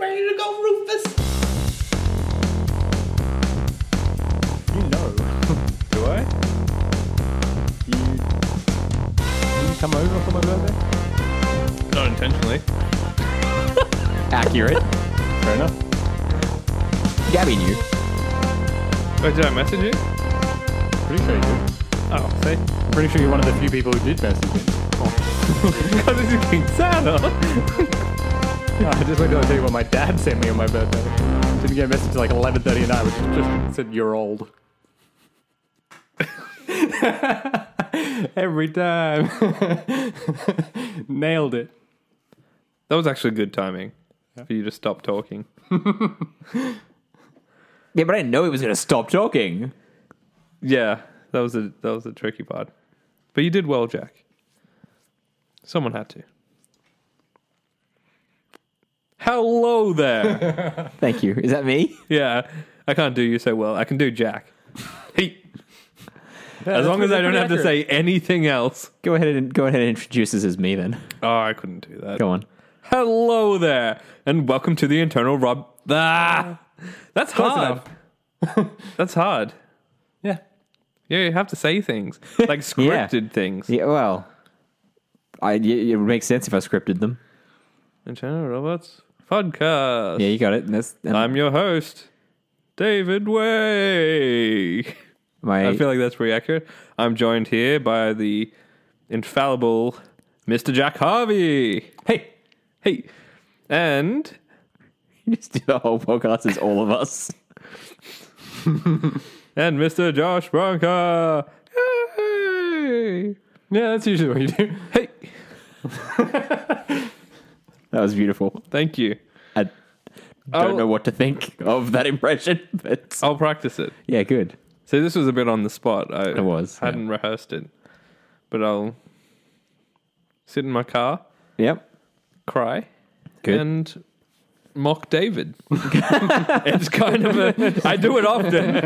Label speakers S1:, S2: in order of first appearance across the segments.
S1: ready to go, Rufus.
S2: You know. Do I? You. Will you come over for my birthday?
S3: Not intentionally.
S2: Accurate. Fair enough. Gabby knew. Oh,
S3: Wait, did I message you?
S2: Pretty sure you did.
S3: Oh, see?
S2: I'm pretty sure you're one of the few people who did message me. Oh,
S3: God, this is getting sadder.
S2: No, Oh, I just wanted to tell you what my dad sent me on my birthday. Didn't get a message till like 11.30 at night, which just said, you're old. Every time. Nailed it.
S3: That was actually good timing for you to stop talking.
S1: Yeah, but I didn't know he was going to stop talking.
S3: Yeah, that was a that was the tricky part. But you did well, Jack. Someone had to. Hello there.
S1: Thank you. Is that me?
S3: yeah, I can't do you so well. I can do Jack. He. as
S2: that's
S3: long as I
S2: pretty
S3: don't have to say
S2: accurate.
S3: anything else.
S1: Go ahead and go ahead and introduce us as me then.
S3: Oh, I couldn't do that.
S1: Go on.
S3: Hello there, and welcome to the internal rub. Ah, that's hard.
S2: enough.
S3: That's hard.
S2: Yeah.
S3: Yeah, you have to say things like scripted things.
S1: Yeah. Well, I y- it would make sense if I scripted them.
S3: Internal robots podcast.
S1: Yeah, you got it. That's and
S3: I'm your host, David Way.
S1: my.
S3: I feel like that's pretty accurate. I'm joined here by the infallible Mr. Jack Harvey.
S1: hey,
S3: Hey, and
S1: you just do the whole podcast as all of us.
S3: and Mr. Josh Bronca. Hey,
S2: Yeah, that's usually what you do.
S3: hey,
S1: That was beautiful.
S3: thank you.
S1: I don't
S3: I'll-
S1: know what to think of that impression, but
S3: I'll practice it.
S1: yeah, good.
S3: So this was a bit on the spot. I it
S1: was, yeah.
S3: hadn't rehearsed it, but I'll sit in my car,
S1: Yep.
S3: cry,
S1: Good.
S3: and mock David. it's kind of a. I do it often.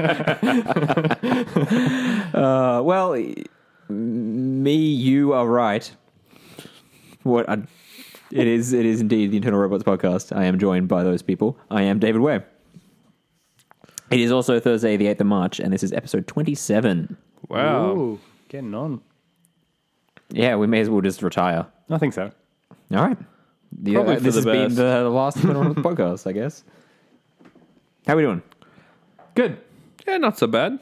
S1: Uh, well, e- me, you are right. What I, it is, it is indeed the Internal Robots podcast. I am joined by those people. I am David Ware. It is also Thursday, the eighth of March, and this is episode twenty-seven.
S3: Wow.
S2: Ooh, getting on.
S1: Yeah, we may as well just retire.
S2: I think so.
S1: All right. The- uh,
S3: Probably
S1: this
S3: for
S1: has
S3: the
S1: been
S3: best.
S1: the, the last Internal Robots podcast, I guess. How we doing?
S2: Good.
S3: Yeah, not so bad.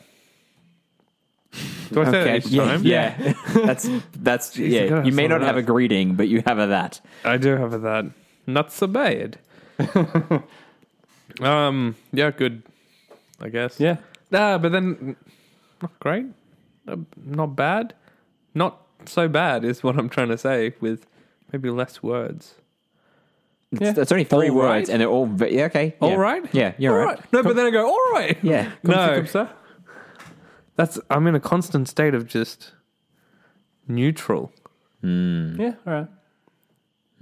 S3: Do I say that each
S1: yeah,
S3: time?
S1: yeah. that's that's
S3: I
S1: yeah.
S3: gotta
S1: You may
S3: sort
S1: not
S3: it
S1: have
S3: out.
S1: a greeting, but you have a that.
S3: I do have that. Not so bad. um. Yeah. Good. I guess.
S2: Yeah.
S3: Ah, but then not great, Uh, not bad, not so bad is what I'm trying to say with maybe less words.
S1: It's, it's only three
S3: All
S1: words,
S3: right.
S1: and they're all ve- yeah, okay. Yeah.
S3: All right.
S1: Yeah, you're
S3: All
S1: right.
S3: No, but then I go all right.
S1: Yeah.
S3: No. That's I'm in a constant state of just neutral.
S2: Yeah, all right.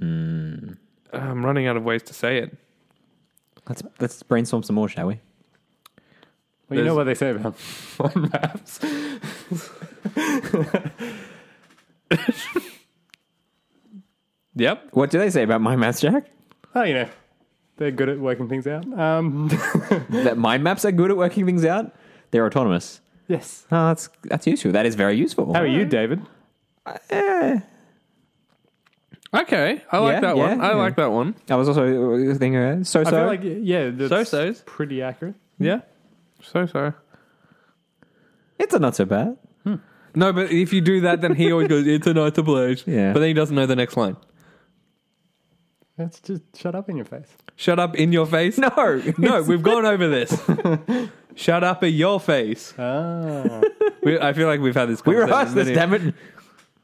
S3: I'm running out of ways to say it.
S1: Let's let's brainstorm some more, shall we?
S2: Well, you know
S3: There's-
S2: what they say about mind maps.
S3: Yep.
S1: What do they say about mind maps, Jack?
S2: Oh, you know, they're good at working things out. Um,
S1: that mind maps are good at working things out. They're autonomous.
S2: yes.
S1: Oh, that's that's useful. That is very useful.
S2: How are you, David?
S1: Eh.
S3: Okay. I like
S1: Yeah,
S3: that one.
S1: yeah,
S3: I
S1: yeah.
S3: like that one.
S1: I was also uh, thinking uh, so
S2: I
S1: so.
S2: feel like yeah, that's
S3: So-sos.
S2: pretty accurate.
S3: Yeah. So so.
S1: it's a not so bad.
S3: No, but if you do that, then he always goes, "It's a night to place."
S1: Yeah.
S3: But then he doesn't know the next line.
S2: That's just shut up in your face.
S3: Shut up in your face.
S1: No,
S3: No, we've gone over this. Shut up at your face.
S2: Ah,
S3: We, I feel like we've had this.
S1: we
S3: conversation
S1: rehearsed this.
S3: many-
S1: Damn it!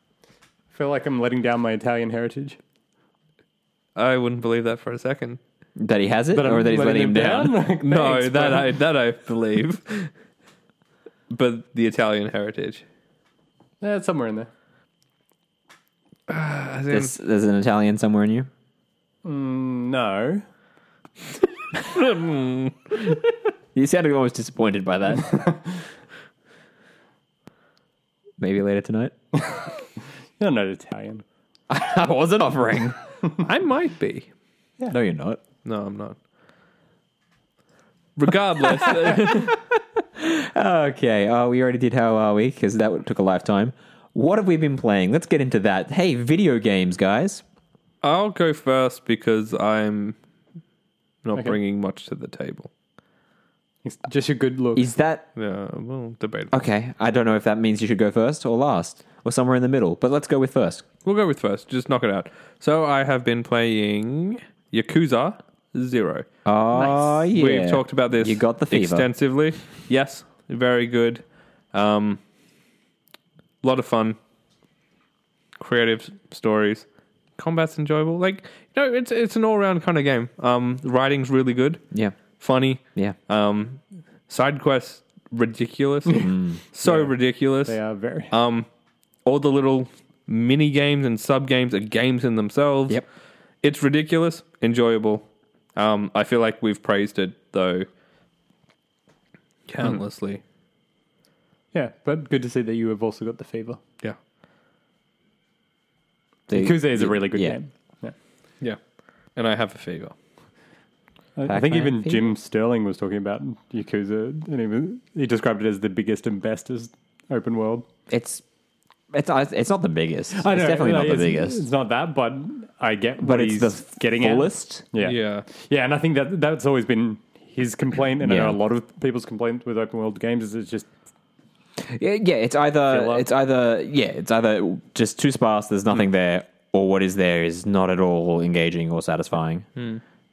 S2: feel like I'm letting down my Italian heritage.
S3: I wouldn't believe that for a second.
S1: That he has it,
S2: That I'm
S1: or that he's letting him down.
S2: Like,
S3: no,
S2: thanks,
S3: that
S2: bro.
S3: I that I believe. but the Italian heritage.
S2: yeah, it's somewhere in there.
S3: As in-
S1: There's, there's an Italian somewhere in you.
S2: Mm, no,
S1: You sounded almost disappointed by that. Maybe later tonight.
S2: you're not Italian.
S1: I wasn't offering.
S3: I might be.
S1: No, you're not.
S3: No, I'm not. Regardless,
S1: Okay, uh, we already did How Are We? Because that took a lifetime. What have we been playing? Let's get into that. Hey, video games, guys.
S3: I'll go first because I'm not
S2: Okay.
S3: bringing much to the table.
S2: It's just your good looks.
S1: Is that.
S3: Yeah, well, debate.
S1: Okay, I don't know if that means you should go first or last or somewhere in the middle, but let's go with first.
S3: We'll go with first. Just knock it out. So I have been playing Yakuza Zero.
S1: Oh, yeah.
S3: We've talked about this.
S1: You got the fever.
S3: extensively. Yes, very good. Um, lot of fun. Creative s- stories. Combat's enjoyable. Like you know, it's it's an all round kind of game. Um, writing's really good.
S1: Yeah,
S3: Funny.
S1: yeah.
S3: Um, side quests ridiculous.
S1: Hmm.
S3: so ridiculous.
S2: they are very.
S3: Um, all the little mini games and sub games are games in themselves.
S1: Yep.
S3: It's ridiculous, enjoyable. Um, I feel like we've praised it though countlessly.
S2: yeah, but good to see that you have also got the fever.
S3: Hmm. Yeah.
S1: The-
S2: Yakuza is a really good
S1: yeah.
S2: game. Yeah.
S3: Yeah. And I have a fever.
S2: I- I
S1: Pac-Man
S2: think even
S1: fever.
S2: Jim Sterling was talking about Yakuza, and he, was, he described it as the biggest and bestest open world.
S1: It's. It's, it's not the biggest. It's
S2: I know,
S1: definitely not
S2: like,
S1: the
S2: it's-
S1: biggest.
S2: It's not that, but I get what
S1: But
S2: he's
S1: it's the
S2: getting at.
S1: fullest.
S2: Yeah.
S3: Yeah.
S2: Yeah, and I think that that's always been his complaint, and I
S1: Yeah.
S2: know a lot of people's complaint with open world games is it's just
S1: Yeah, yeah, it's either
S2: Fill up.
S1: it's either yeah, it's either just too sparse. There's nothing there, or what is there is not at all engaging or satisfying.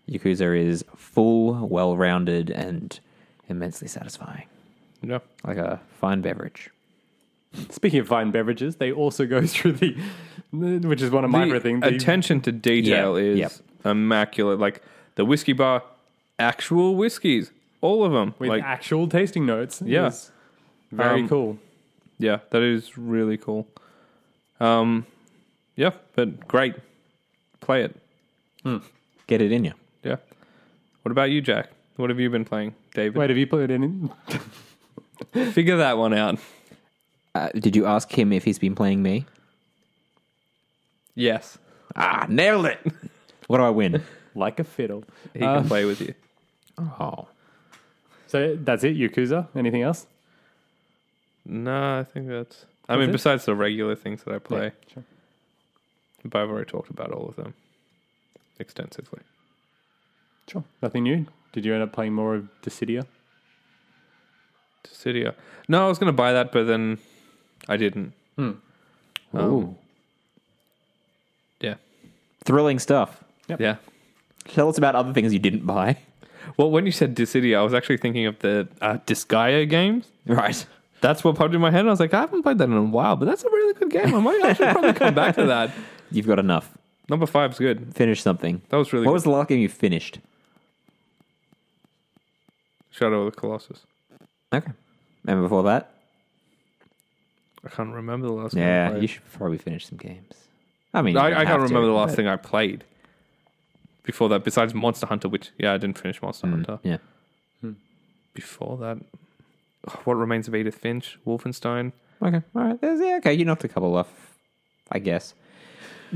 S1: Yakuza is full, well-rounded, and immensely satisfying,
S3: Yeah.
S1: like a fine beverage.
S2: Speaking of fine beverages, they also go through the, which is one of my
S3: The
S2: favorite things. the-
S3: attention to detail
S1: Yeah,
S3: is
S1: yep.
S3: immaculate. Like the whiskey bar, actual whiskeys, all of them.
S2: with
S3: like
S2: actual tasting notes.
S3: Yeah.
S2: is very
S3: Um,
S2: cool.
S3: Yeah, that is really cool. Um, yeah, but great. Play it.
S1: Get it in you.
S3: Yeah. What about you, Jack? What have you been playing, David?
S2: Wait, have you played any?
S3: figure that one out.
S1: Uh, did you ask him if he's been playing me?
S3: Yes,
S1: Ah, nailed it. what do I win?
S2: Like a fiddle.
S3: he can play with you.
S1: Oh,
S2: So that's it, Yakuza. Anything else?
S3: No, I think that's. I
S2: That's
S3: mean,
S2: it?
S3: besides the regular things that I play,
S2: Yeah, sure.
S3: but I've already talked about all of them extensively.
S2: sure. Nothing new. Did you end up playing more of Dissidia?
S3: Dissidia. No, I was going to buy that, but then I didn't.
S1: Ooh.
S3: Yeah.
S1: thrilling stuff.
S3: Yeah.
S1: Tell us about other things you didn't buy.
S3: Well, when you said Dissidia, I was actually thinking of the uh, Disgaea games.
S1: Right.
S3: that's what popped in my head. and I was like, I haven't played that in a while, but that's a really good game. I might I should probably come back to that.
S1: You've got enough.
S3: Number five's good.
S1: Finish something.
S3: That was really
S1: What
S3: good.
S1: was the last game you finished?
S3: Shadow of the Colossus.
S1: Okay. And before that?
S3: I can't remember the last one. I,
S1: Yeah,
S3: played.
S1: you should probably finish some games. I mean, you
S3: I,
S1: don't
S3: I
S1: have
S3: can't
S1: to,
S3: remember the last
S1: but-
S3: thing I played before that, besides Monster Hunter, which, yeah, I didn't finish
S1: Hmm.
S3: Monster Hunter.
S1: Yeah.
S3: Before that, oh, What Remains of Edith Finch, Wolfenstein.
S1: Okay. All right. There's, yeah. Okay. You knocked a couple off, I guess.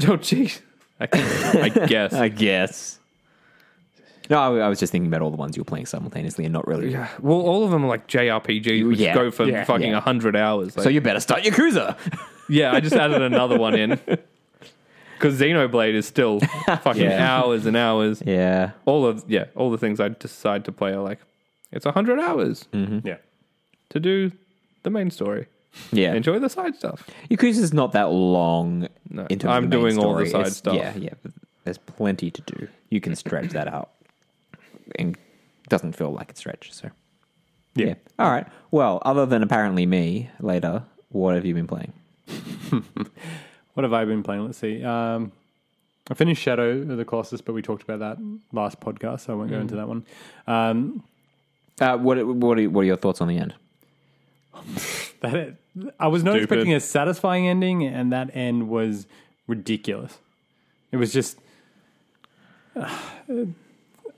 S3: Oh, jeez. I, I guess.
S1: I guess. No, I, I was just thinking about all the ones you were playing simultaneously and not really.
S3: yeah. Well, all of them are like JRPGs, which
S1: Yeah.
S3: go for
S2: Yeah.
S3: fucking
S1: Yeah.
S3: 100 hours. Like,
S1: So you better start Yakuza.
S3: Yeah, I just added another one in because Xenoblade is still fucking
S1: Yeah.
S3: hours and hours.
S1: yeah.
S3: All of yeah, all the things I decide to play are like it's hundred hours
S1: Hmm.
S2: Yeah.
S3: to do the main story.
S1: Yeah.
S3: Enjoy the side stuff.
S1: Yakuza's not that long.
S3: No,
S1: in terms
S3: I'm
S1: of the main
S3: doing all the
S1: story.
S3: side
S1: It's-
S3: stuff.
S1: Yeah. Yeah. but There's plenty to do. You can stretch that out, and it doesn't feel like a stretch. So.
S2: Yeah.
S1: All right. Well, other than apparently me later, what have you been playing?
S2: What have I been playing? Let's see. Um, I finished Shadow of the Colossus, but we talked about that last podcast, so I won't go
S1: Hmm.
S2: into that one. Um,
S1: Uh, what what are, what are your thoughts on the end?
S2: That it, I was not
S3: Stupid.
S2: expecting a satisfying ending, and that end was ridiculous. It was just. uh,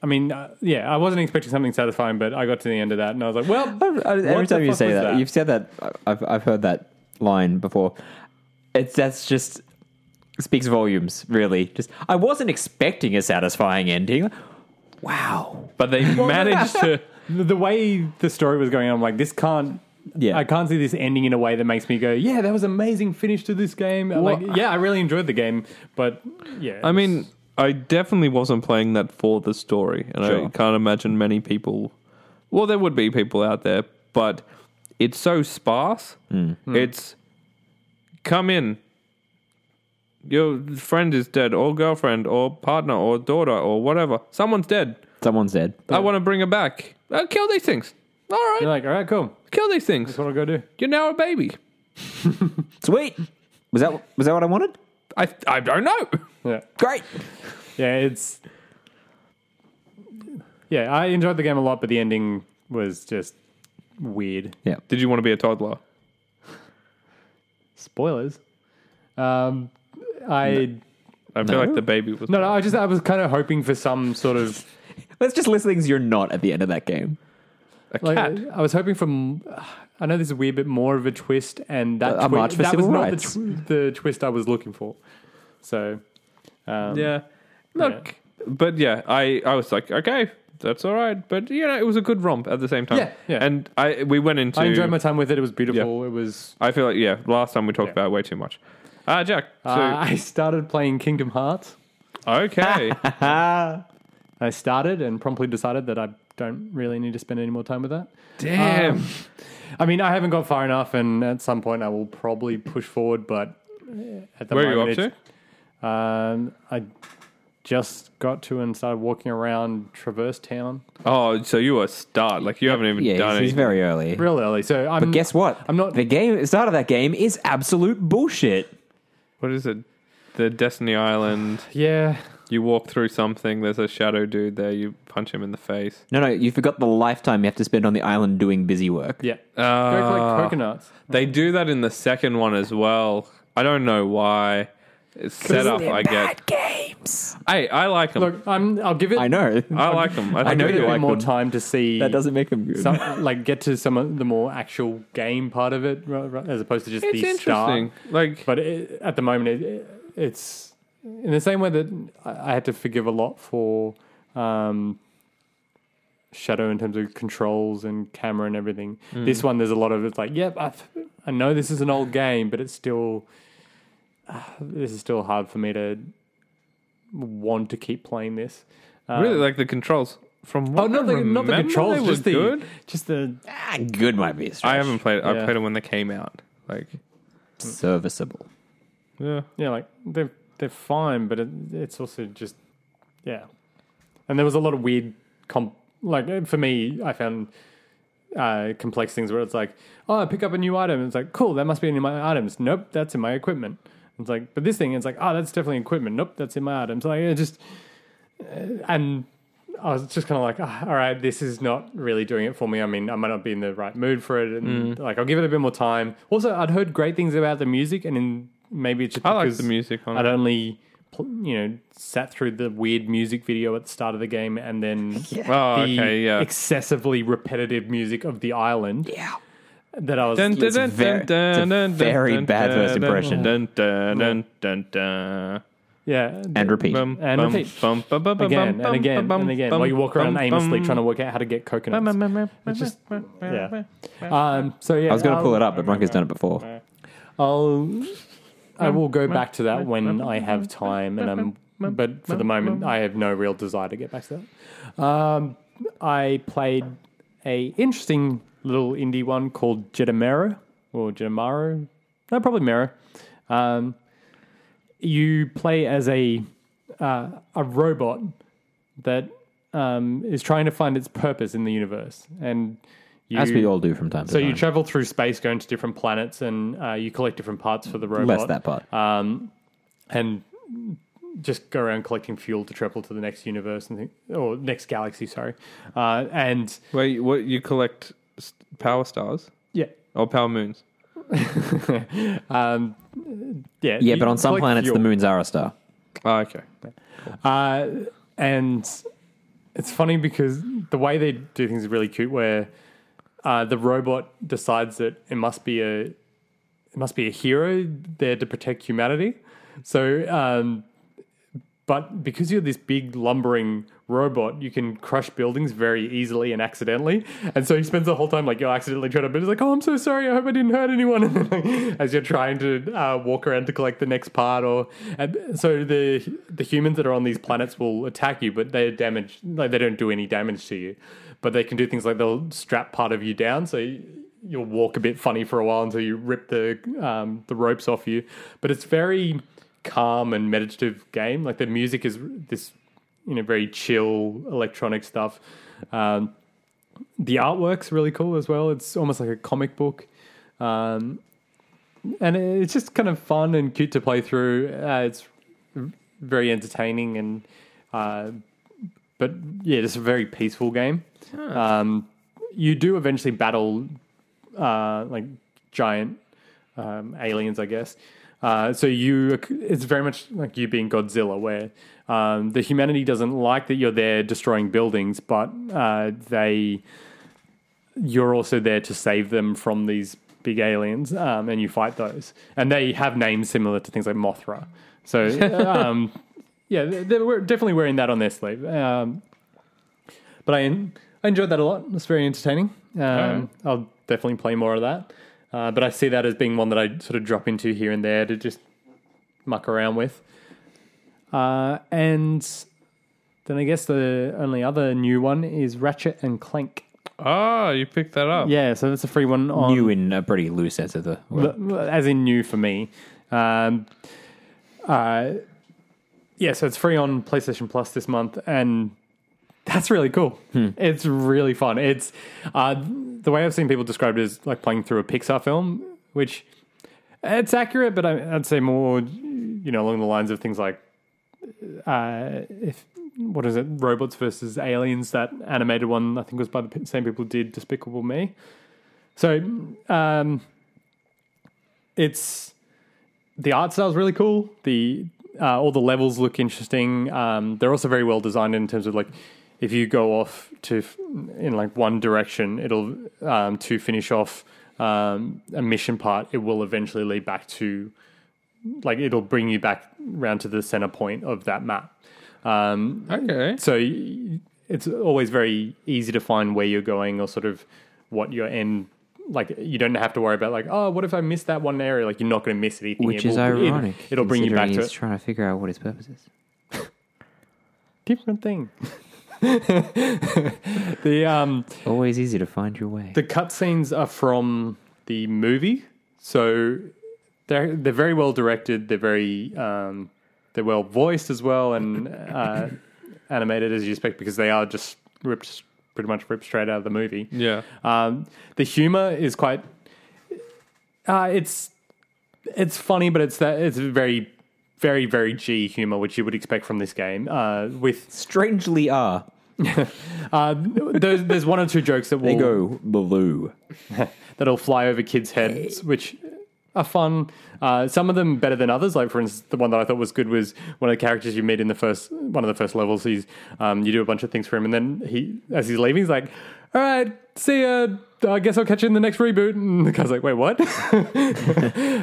S2: I mean, uh, yeah, I wasn't expecting something satisfying, but I got to the end of that, and I was like, "Well,
S1: uh, Every
S2: what the
S1: time you
S2: fuck
S1: say
S2: was
S1: that, you've said that. I've I've heard that line before. It's that's just speaks volumes, really. Just I wasn't expecting a satisfying ending. Wow.
S3: But they managed to.
S2: The the way the story was going, I'm like, this can't.
S1: Yeah.
S2: I can't see this ending in a way that makes me go, yeah, that was amazing finish to this game. I'm
S3: Well,
S2: like, yeah, I really enjoyed the game, but yeah,
S3: I mean, I definitely wasn't playing that for the story, and I
S1: Sure.
S3: can't imagine many people. Well, there would be people out there, but it's so sparse.
S1: Mm.
S3: It's come in. Your friend is dead, or girlfriend, or partner, or daughter, or whatever. Someone's dead.
S1: Someone's dead.
S3: I want to bring her back. Oh, kill these things. All right,
S2: you're like, all right, cool,
S3: kill these things.
S2: that's what I'll go do.
S3: You're now a baby.
S1: Sweet. Was that was that what I wanted?
S3: I I don't know.
S2: Yeah,
S1: Great.
S2: yeah, it's yeah, I enjoyed the game a lot, but the ending was just weird.
S1: Yeah.
S3: Did you want to be a toddler?
S2: Spoilers. Um, I
S3: I feel
S1: No.
S3: like the baby was.
S2: no, no, I just I was kind of hoping for some sort of
S1: Let's just list things you're not at the end of that game.
S3: a cat.
S2: Like, I was hoping for. m- I know this is a weird bit more of a twist, and that
S1: A- a
S2: twi-
S1: march for
S2: that
S1: civil
S2: was
S1: rights.
S2: not the, tw- the twist I was looking for. So, um,
S3: Yeah. Look, but yeah, I, I was like, okay, that's all right. But you know, it was a good romp at the same time.
S2: Yeah, yeah.
S3: And I we went into.
S2: I enjoyed my time with it. It was beautiful. It was.
S3: I feel like yeah. Last time we talked
S2: Yeah.
S3: about it way too much. Ah, Jack. So
S2: uh, I started playing Kingdom Hearts.
S3: okay,
S2: I started and promptly decided that I don't really need to spend any more time with that.
S3: damn.
S2: Um, I mean, I haven't got far enough, and at some point I will probably push forward. But uh, at the
S3: Where are you
S2: moment,
S3: up to?
S2: it's- Um, I just got to and started walking around Traverse Town.
S3: Oh, so you were start like you haven't even
S1: Yeah,
S3: done
S1: he's,
S3: anything.
S1: he's very early.
S2: real early. So I'm.
S1: But guess what?
S2: Mm. I'm not-
S1: The game the start of that game is absolute bullshit.
S3: what is it? The Destiny Island.
S2: Yeah,
S3: You walk through something. There's a shadow dude there. You punch him in the face.
S1: No, no, you forgot the lifetime you have to spend on the island doing busy work.
S2: yeah. Go
S3: Ah.
S2: collect
S1: Uh,
S2: coconuts.
S3: They do that in the second one as well. I don't know why. It's set up. I get.
S1: games.
S3: Hey, I like them.
S2: Look, I'm. I'll give it.
S1: I know.
S3: I like them. I,
S2: I'll
S3: think
S1: know
S2: give it a
S3: they
S1: you
S2: bit
S1: like
S2: more
S1: them.
S2: time to see
S1: That doesn't make them good.
S2: some, like get to some of the more actual game part of it, ra- ra- as opposed to just
S3: It's
S2: the Star.
S3: interesting. Like,
S2: But it, at the moment, it, it, it's in the same way that I I had to forgive a lot for um, Shadow in terms of controls and camera and everything. This one, there's a lot of it's like, yep, I, I know this is an old game, but it's still ah, this is still hard for me to want to keep playing this. Um,
S3: really, like the controls uh, from what
S2: oh, not
S3: I
S2: the, not the
S3: remember,
S2: controls,
S3: they were
S2: just the
S3: good.
S2: just the
S1: ah, good might be a stretch.
S3: I haven't played. I
S2: Yeah.
S3: played them when they came out. Like,
S1: serviceable.
S3: yeah,
S2: yeah, like they're they're fine, but it, it's also just yeah. And there was a lot of weird comp. Like uh, for me, I found uh, complex things where it's like, oh, I pick up a new item. It's like, cool, that must be in my items. Nope, that's in my equipment. It's like, but this thing, it's like, oh, that's definitely equipment. Nope, that's in my items. Like it just uh, and. I was just kind of like, "Ah, all right, this is not really doing it for me. I mean, I might not be in the right mood for it,
S3: Mm.
S2: and like I'll give it a bit more time. Also, I'd heard great things about the music, and in, maybe it's just
S3: I like
S2: because
S3: the music on
S2: I'd
S3: it.
S2: only, pl- you know, sat through the weird music video at the start of the game and then
S3: Oh,
S2: the
S3: okay, yeah.
S2: excessively repetitive music of the island
S1: Yeah.
S2: that I was.
S3: Dun, dun,
S1: It's
S3: dun,
S1: very-
S3: dun, dun,
S1: it's a
S3: dun,
S1: very
S3: dun,
S1: bad
S3: dun,
S1: first
S3: dun,
S1: impression.
S3: Dun, dun, dun, dun, dun.
S2: Yeah,
S1: And repeat.
S3: Bum,
S2: And
S3: bum,
S2: repeat.
S3: bum, bum, bum, bum,
S2: again
S3: bum,
S2: and again
S3: bum,
S2: and again
S3: bum,
S2: while you walk around
S3: bum,
S2: aimlessly
S3: bum.
S2: trying to work out how to get coconuts. It's just- yeah. Um, so yeah,
S1: I was going to
S2: I'll-
S1: pull it up, but Bronco's done it before.
S2: I'll I will go back to that when I have time, and I'm. But for the moment, I have no real desire to get back to that. Um, I played a interesting little indie one called Jetamero or Jetamaro. No, probably Mero. Um, you play as a uh, a robot that um, is trying to find its purpose in the universe, and you,
S1: As we all do from time to
S2: so
S1: time.
S2: you travel through space, going to different planets, and uh, you collect different parts for the robot.
S1: Less that part.
S2: Um, and just go around collecting fuel to travel to the next universe and thi- or next galaxy. Sorry, uh, and
S3: Wait, what? You collect s- power stars
S2: yeah,
S3: or power moons?
S2: um, yeah,
S1: yeah,
S2: you
S1: but on some
S2: collect
S1: planets,
S2: fuel.
S1: the moon's are a star.
S3: Oh, okay.
S2: Uh, and it's funny because the way they do things is really cute. Where uh, the robot decides that it must be a it must be a hero there to protect humanity. So um, But because you're this big lumbering robot, you can crush buildings very easily and accidentally. And so he spends the whole time like you're accidentally trying to build. He's like, "Oh, I'm so sorry. I hope I didn't hurt anyone." And then, like, as you're trying to uh, walk around to collect the next part, or and so the the humans that are on these planets will attack you, but they're damaged. Like they don't do any damage to you, but they can do things like they'll strap part of you down. So you- you'll walk a bit funny for a while until you rip the um, the ropes off you. But it's very calm and meditative game. Like the music is this, you know, very chill electronic stuff. Um, the artwork's really cool as well. It's almost like a comic book. Um, and it's just kind of fun and cute to play through. Uh, it's very entertaining and, uh, but yeah, just a very peaceful game. Um, you do eventually battle uh, like giant um, aliens, I guess. Uh, so you, it's very much like you being Godzilla, where um, the humanity doesn't like that you're there destroying buildings, but uh, they, you're also there to save them from these big aliens, um, and you fight those. And they have names similar to things like Mothra. So, um, yeah, they- they were definitely wearing that on their sleeve. Um, but I, I enjoyed that a lot. It's very entertaining. Um,
S3: Alright.
S2: I'll definitely play more of that. Uh, but I see that as being one that I sort of drop into here and there to just muck around with. Uh, and then I guess the only other new one is Ratchet and Clank.
S3: Ah, you picked that up.
S2: Yeah, so that's a free one on
S1: New in a pretty loose sense of the word.
S2: L- l- as in new for me. Um, uh, yeah, so it's free on PlayStation Plus this month, and that's really cool. It's really fun. It's uh, the way I've seen people describe it is like playing through a Pixar film, which it's accurate, but I, I'd say more, you know, along the lines of things like uh, if what is it, robots versus aliens? That animated one, I think, was by the p- same people who did Despicable Me. So, um, it's the art style's really cool. The uh, all the levels look interesting. Um, they're also very well designed in terms of like if you go off to f- in like one direction, it'll um, to finish off um, a mission part. It will eventually lead back to like it'll bring you back round to the center point of that map. Um,
S3: Okay.
S2: so y- it's always very easy to find where you're going or sort of what your end. Like you don't have to worry about like oh what if I miss that one area like you're not going to miss anything
S1: Which
S2: It
S1: is
S2: will- it-
S1: ironic.
S2: it'll bring you back
S1: considering
S2: to
S1: he's
S2: it.
S1: trying to figure out what his purpose is.
S2: different thing. the um
S1: Always easy to find your way.
S2: the cutscenes are from the movie, so they're they're very well directed. They're very um, they're well voiced as well and uh, animated as you expect because they are just ripped pretty much ripped straight out of the movie.
S3: Yeah. Uh,
S2: Um, the humor is quite. Uh, it's it's funny, but it's that it's very very very G humor, which you would expect from this game. Uh, with
S1: Strangely are.
S2: uh, there's, there's one or two jokes that
S1: They
S2: will
S1: go blue.
S2: that'll fly over kids' heads, which are fun. Uh, some of them better than others. Like for instance, the one that I thought was good was one of the characters you meet in the first one of the first levels. He's um, you do a bunch of things for him, and then he as he's leaving, he's like, "All right, see ya. I guess I'll catch you in the next reboot." And the guy's like, "Wait, what?"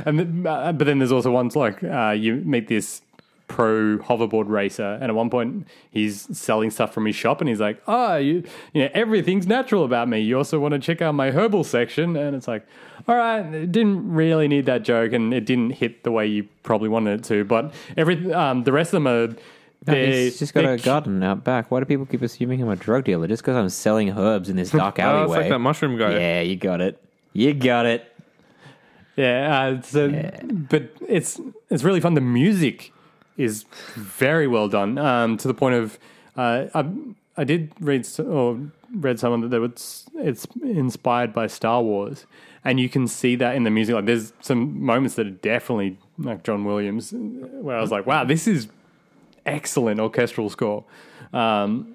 S2: and then, uh, but then there's also ones like uh, you meet this pro hoverboard racer, and at one point he's selling stuff from his shop, and he's like, "Ah, you, you know, everything's natural about me. You also want to check out my herbal section?" And it's like, "All right, it didn't really need that joke, and it didn't hit the way you probably wanted it to." But every um, the rest of them are. they're-
S1: He's just got
S2: they're
S1: a garden out back. Why do people keep assuming I'm a drug dealer just because I'm selling herbs in this
S3: Oh, it's
S1: dark alleyway?
S3: like that mushroom guy.
S1: yeah, you got it. You got it.
S2: Yeah, uh, so but it's it's really fun. The music is very well done um, to the point of uh, I I did read s- or read someone that they would, s- it's inspired by Star Wars, and you can see that in the music. Like there's some moments that are definitely like John Williams, where I was like, wow, this is excellent orchestral score. Um,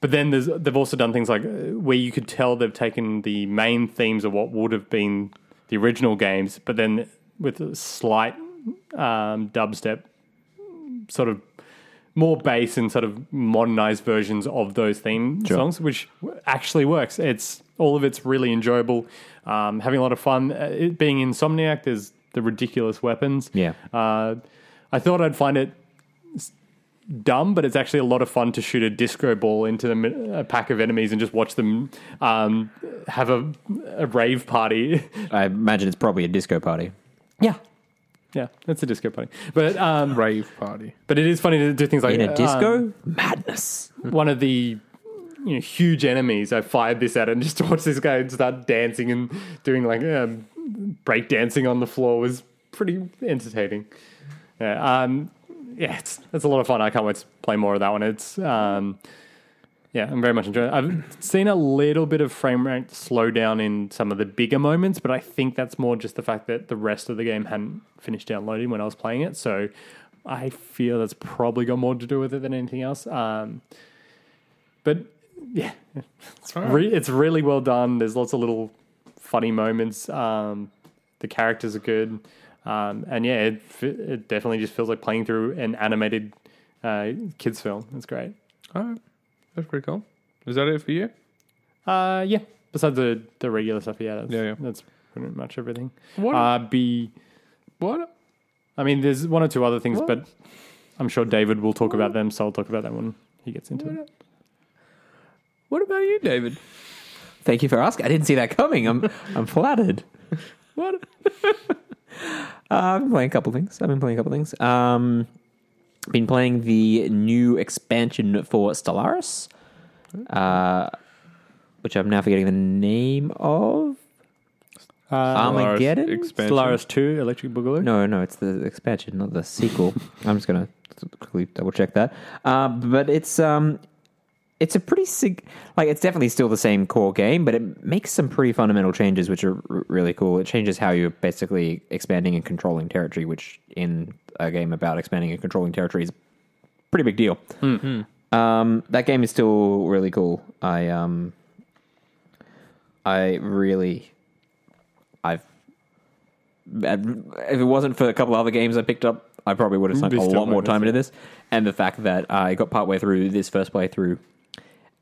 S2: but then there's, they've also done things like uh, where you could tell they've taken the main themes of what would have been the original games, but then with a slight um, dubstep, sort of more bass and sort of modernized versions of those theme songs, which w- actually works. It's all of it's really enjoyable, um, having a lot of fun. Uh, It, being Insomniac, there's the ridiculous weapons.
S1: Yeah.
S2: Uh, I thought I'd find it dumb, but it's actually a lot of fun to shoot a disco ball into the, mi- a pack of enemies and just watch them um, have a, a rave party.
S1: I imagine it's probably a disco party.
S2: Yeah. Yeah, it's a disco party, but um,
S3: Rave party.
S2: but it is funny to do things like
S1: In a
S3: Uh,
S2: um,
S1: disco? Madness.
S2: one of the you know, huge enemies. I fired this at and just watched this guy start dancing and doing like um, break dancing on the floor was pretty entertaining. Yeah, um, yeah, it's it's a lot of fun. I can't wait to play more of that one. It's um, yeah, I'm very much enjoying. it. I've seen a little bit of frame rate slowdown in some of the bigger moments, but I think that's more just the fact that the rest of the game hadn't finished downloading when I was playing it. So I feel that's probably got more to do with it than anything else. Um, but yeah, re- it's really well done. There's lots of little funny moments. Um, the characters are good, um, and yeah, it, f- it definitely just feels like playing through an animated uh, kids film. It's great.
S3: All right. That's pretty cool. Is that it for you?
S2: Uh, yeah. Besides the, the regular stuff, yeah, that's,
S3: Yeah, yeah.
S2: that's pretty much everything.
S3: What?
S2: Uh, be
S3: what?
S2: I mean, there's one or two other things,
S3: What?
S2: but I'm sure David will talk about them, so I'll talk about that when he gets into it.
S3: What about you, David?
S1: Thank you for asking. I didn't see that coming. I'm I'm flattered.
S3: What?
S1: Uh, I've been playing a couple things. I've been playing a couple things. Um, been playing the new expansion for Stellaris, uh, which I'm now forgetting the name of.
S2: Uh,
S3: Stellaris
S1: Armageddon?
S3: expansion.
S2: Solaris 2, Electric Boogaloo.
S1: No, no, it's the expansion, not the sequel. I'm just gonna quickly double check that. Uh, but it's um, it's a pretty sig- like it's definitely still the same core game, but it makes some pretty fundamental changes, which are r- really cool. It changes how you're basically expanding and controlling territory, which in a game about expanding and controlling territory is a pretty big deal. Um, that game is still really cool. I um, I really, I've if it wasn't for a couple other games I picked up, I probably would have sunk a
S2: Be still
S1: lot more
S2: like this,
S1: time into this. And the fact that I got partway through this first playthrough,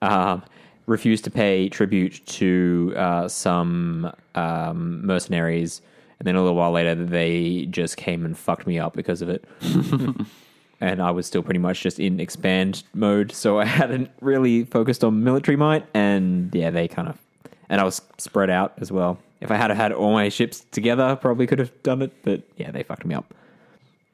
S1: um, refused to pay tribute to uh, some um, mercenaries, and then a little while later they just came and fucked me up because of it. and I was still pretty much just in expand mode, so I hadn't really focused on military might, and yeah, they kind of, and I was spread out as well. If I had had all my ships together, I probably could have done it, but yeah, they fucked me up.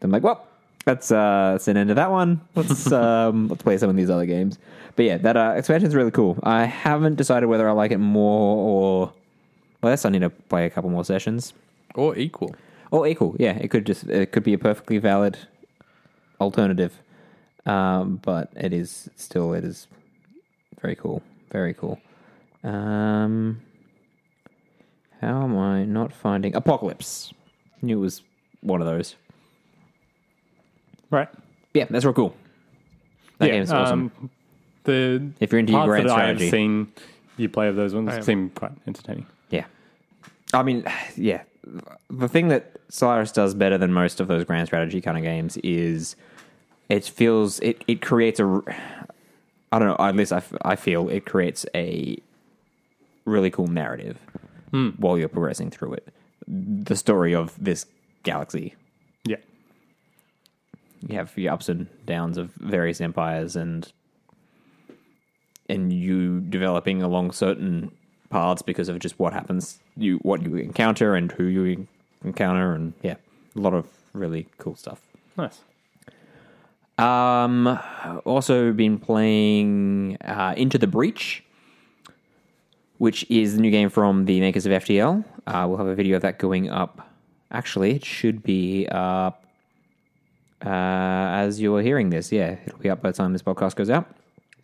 S1: I'm like, well, that's uh, that's an end of that one. Let's um, let's play some of these other games. But yeah, that uh, expansion's really cool. I haven't decided whether I like it more or less. I need to play a couple more sessions.
S3: Or equal.
S1: Or equal, yeah. It could just it could be a perfectly valid alternative, um, but it is still it is very cool, very cool. Um, how am I not finding Apocalypse? Knew it was one of those.
S2: Right.
S1: Yeah, that's real cool. That game's awesome.
S2: um, the
S1: If you're into your
S2: parts
S1: grand
S2: that I have
S1: strategy,
S2: seen you play of those
S3: I am.
S2: ones seem quite entertaining.
S1: yeah. I mean, yeah. The thing that Cyrus does better than most of those grand strategy kind of games is it feels it it creates a r- I don't know. At least I, f- I feel it creates a really cool narrative while you're progressing through it. The story of this galaxy
S2: Yeah.
S1: you have your ups and downs of various empires and and you developing along certain paths because of just what happens you what you encounter and who you en- encounter and yeah a lot of really cool stuff
S2: Nice.
S1: um also been playing uh, into the breach which is the new game from the makers of ftl uh, we'll have a video of that going up actually it should be up uh, as you're hearing this. Yeah, it'll be up by the time this podcast goes out.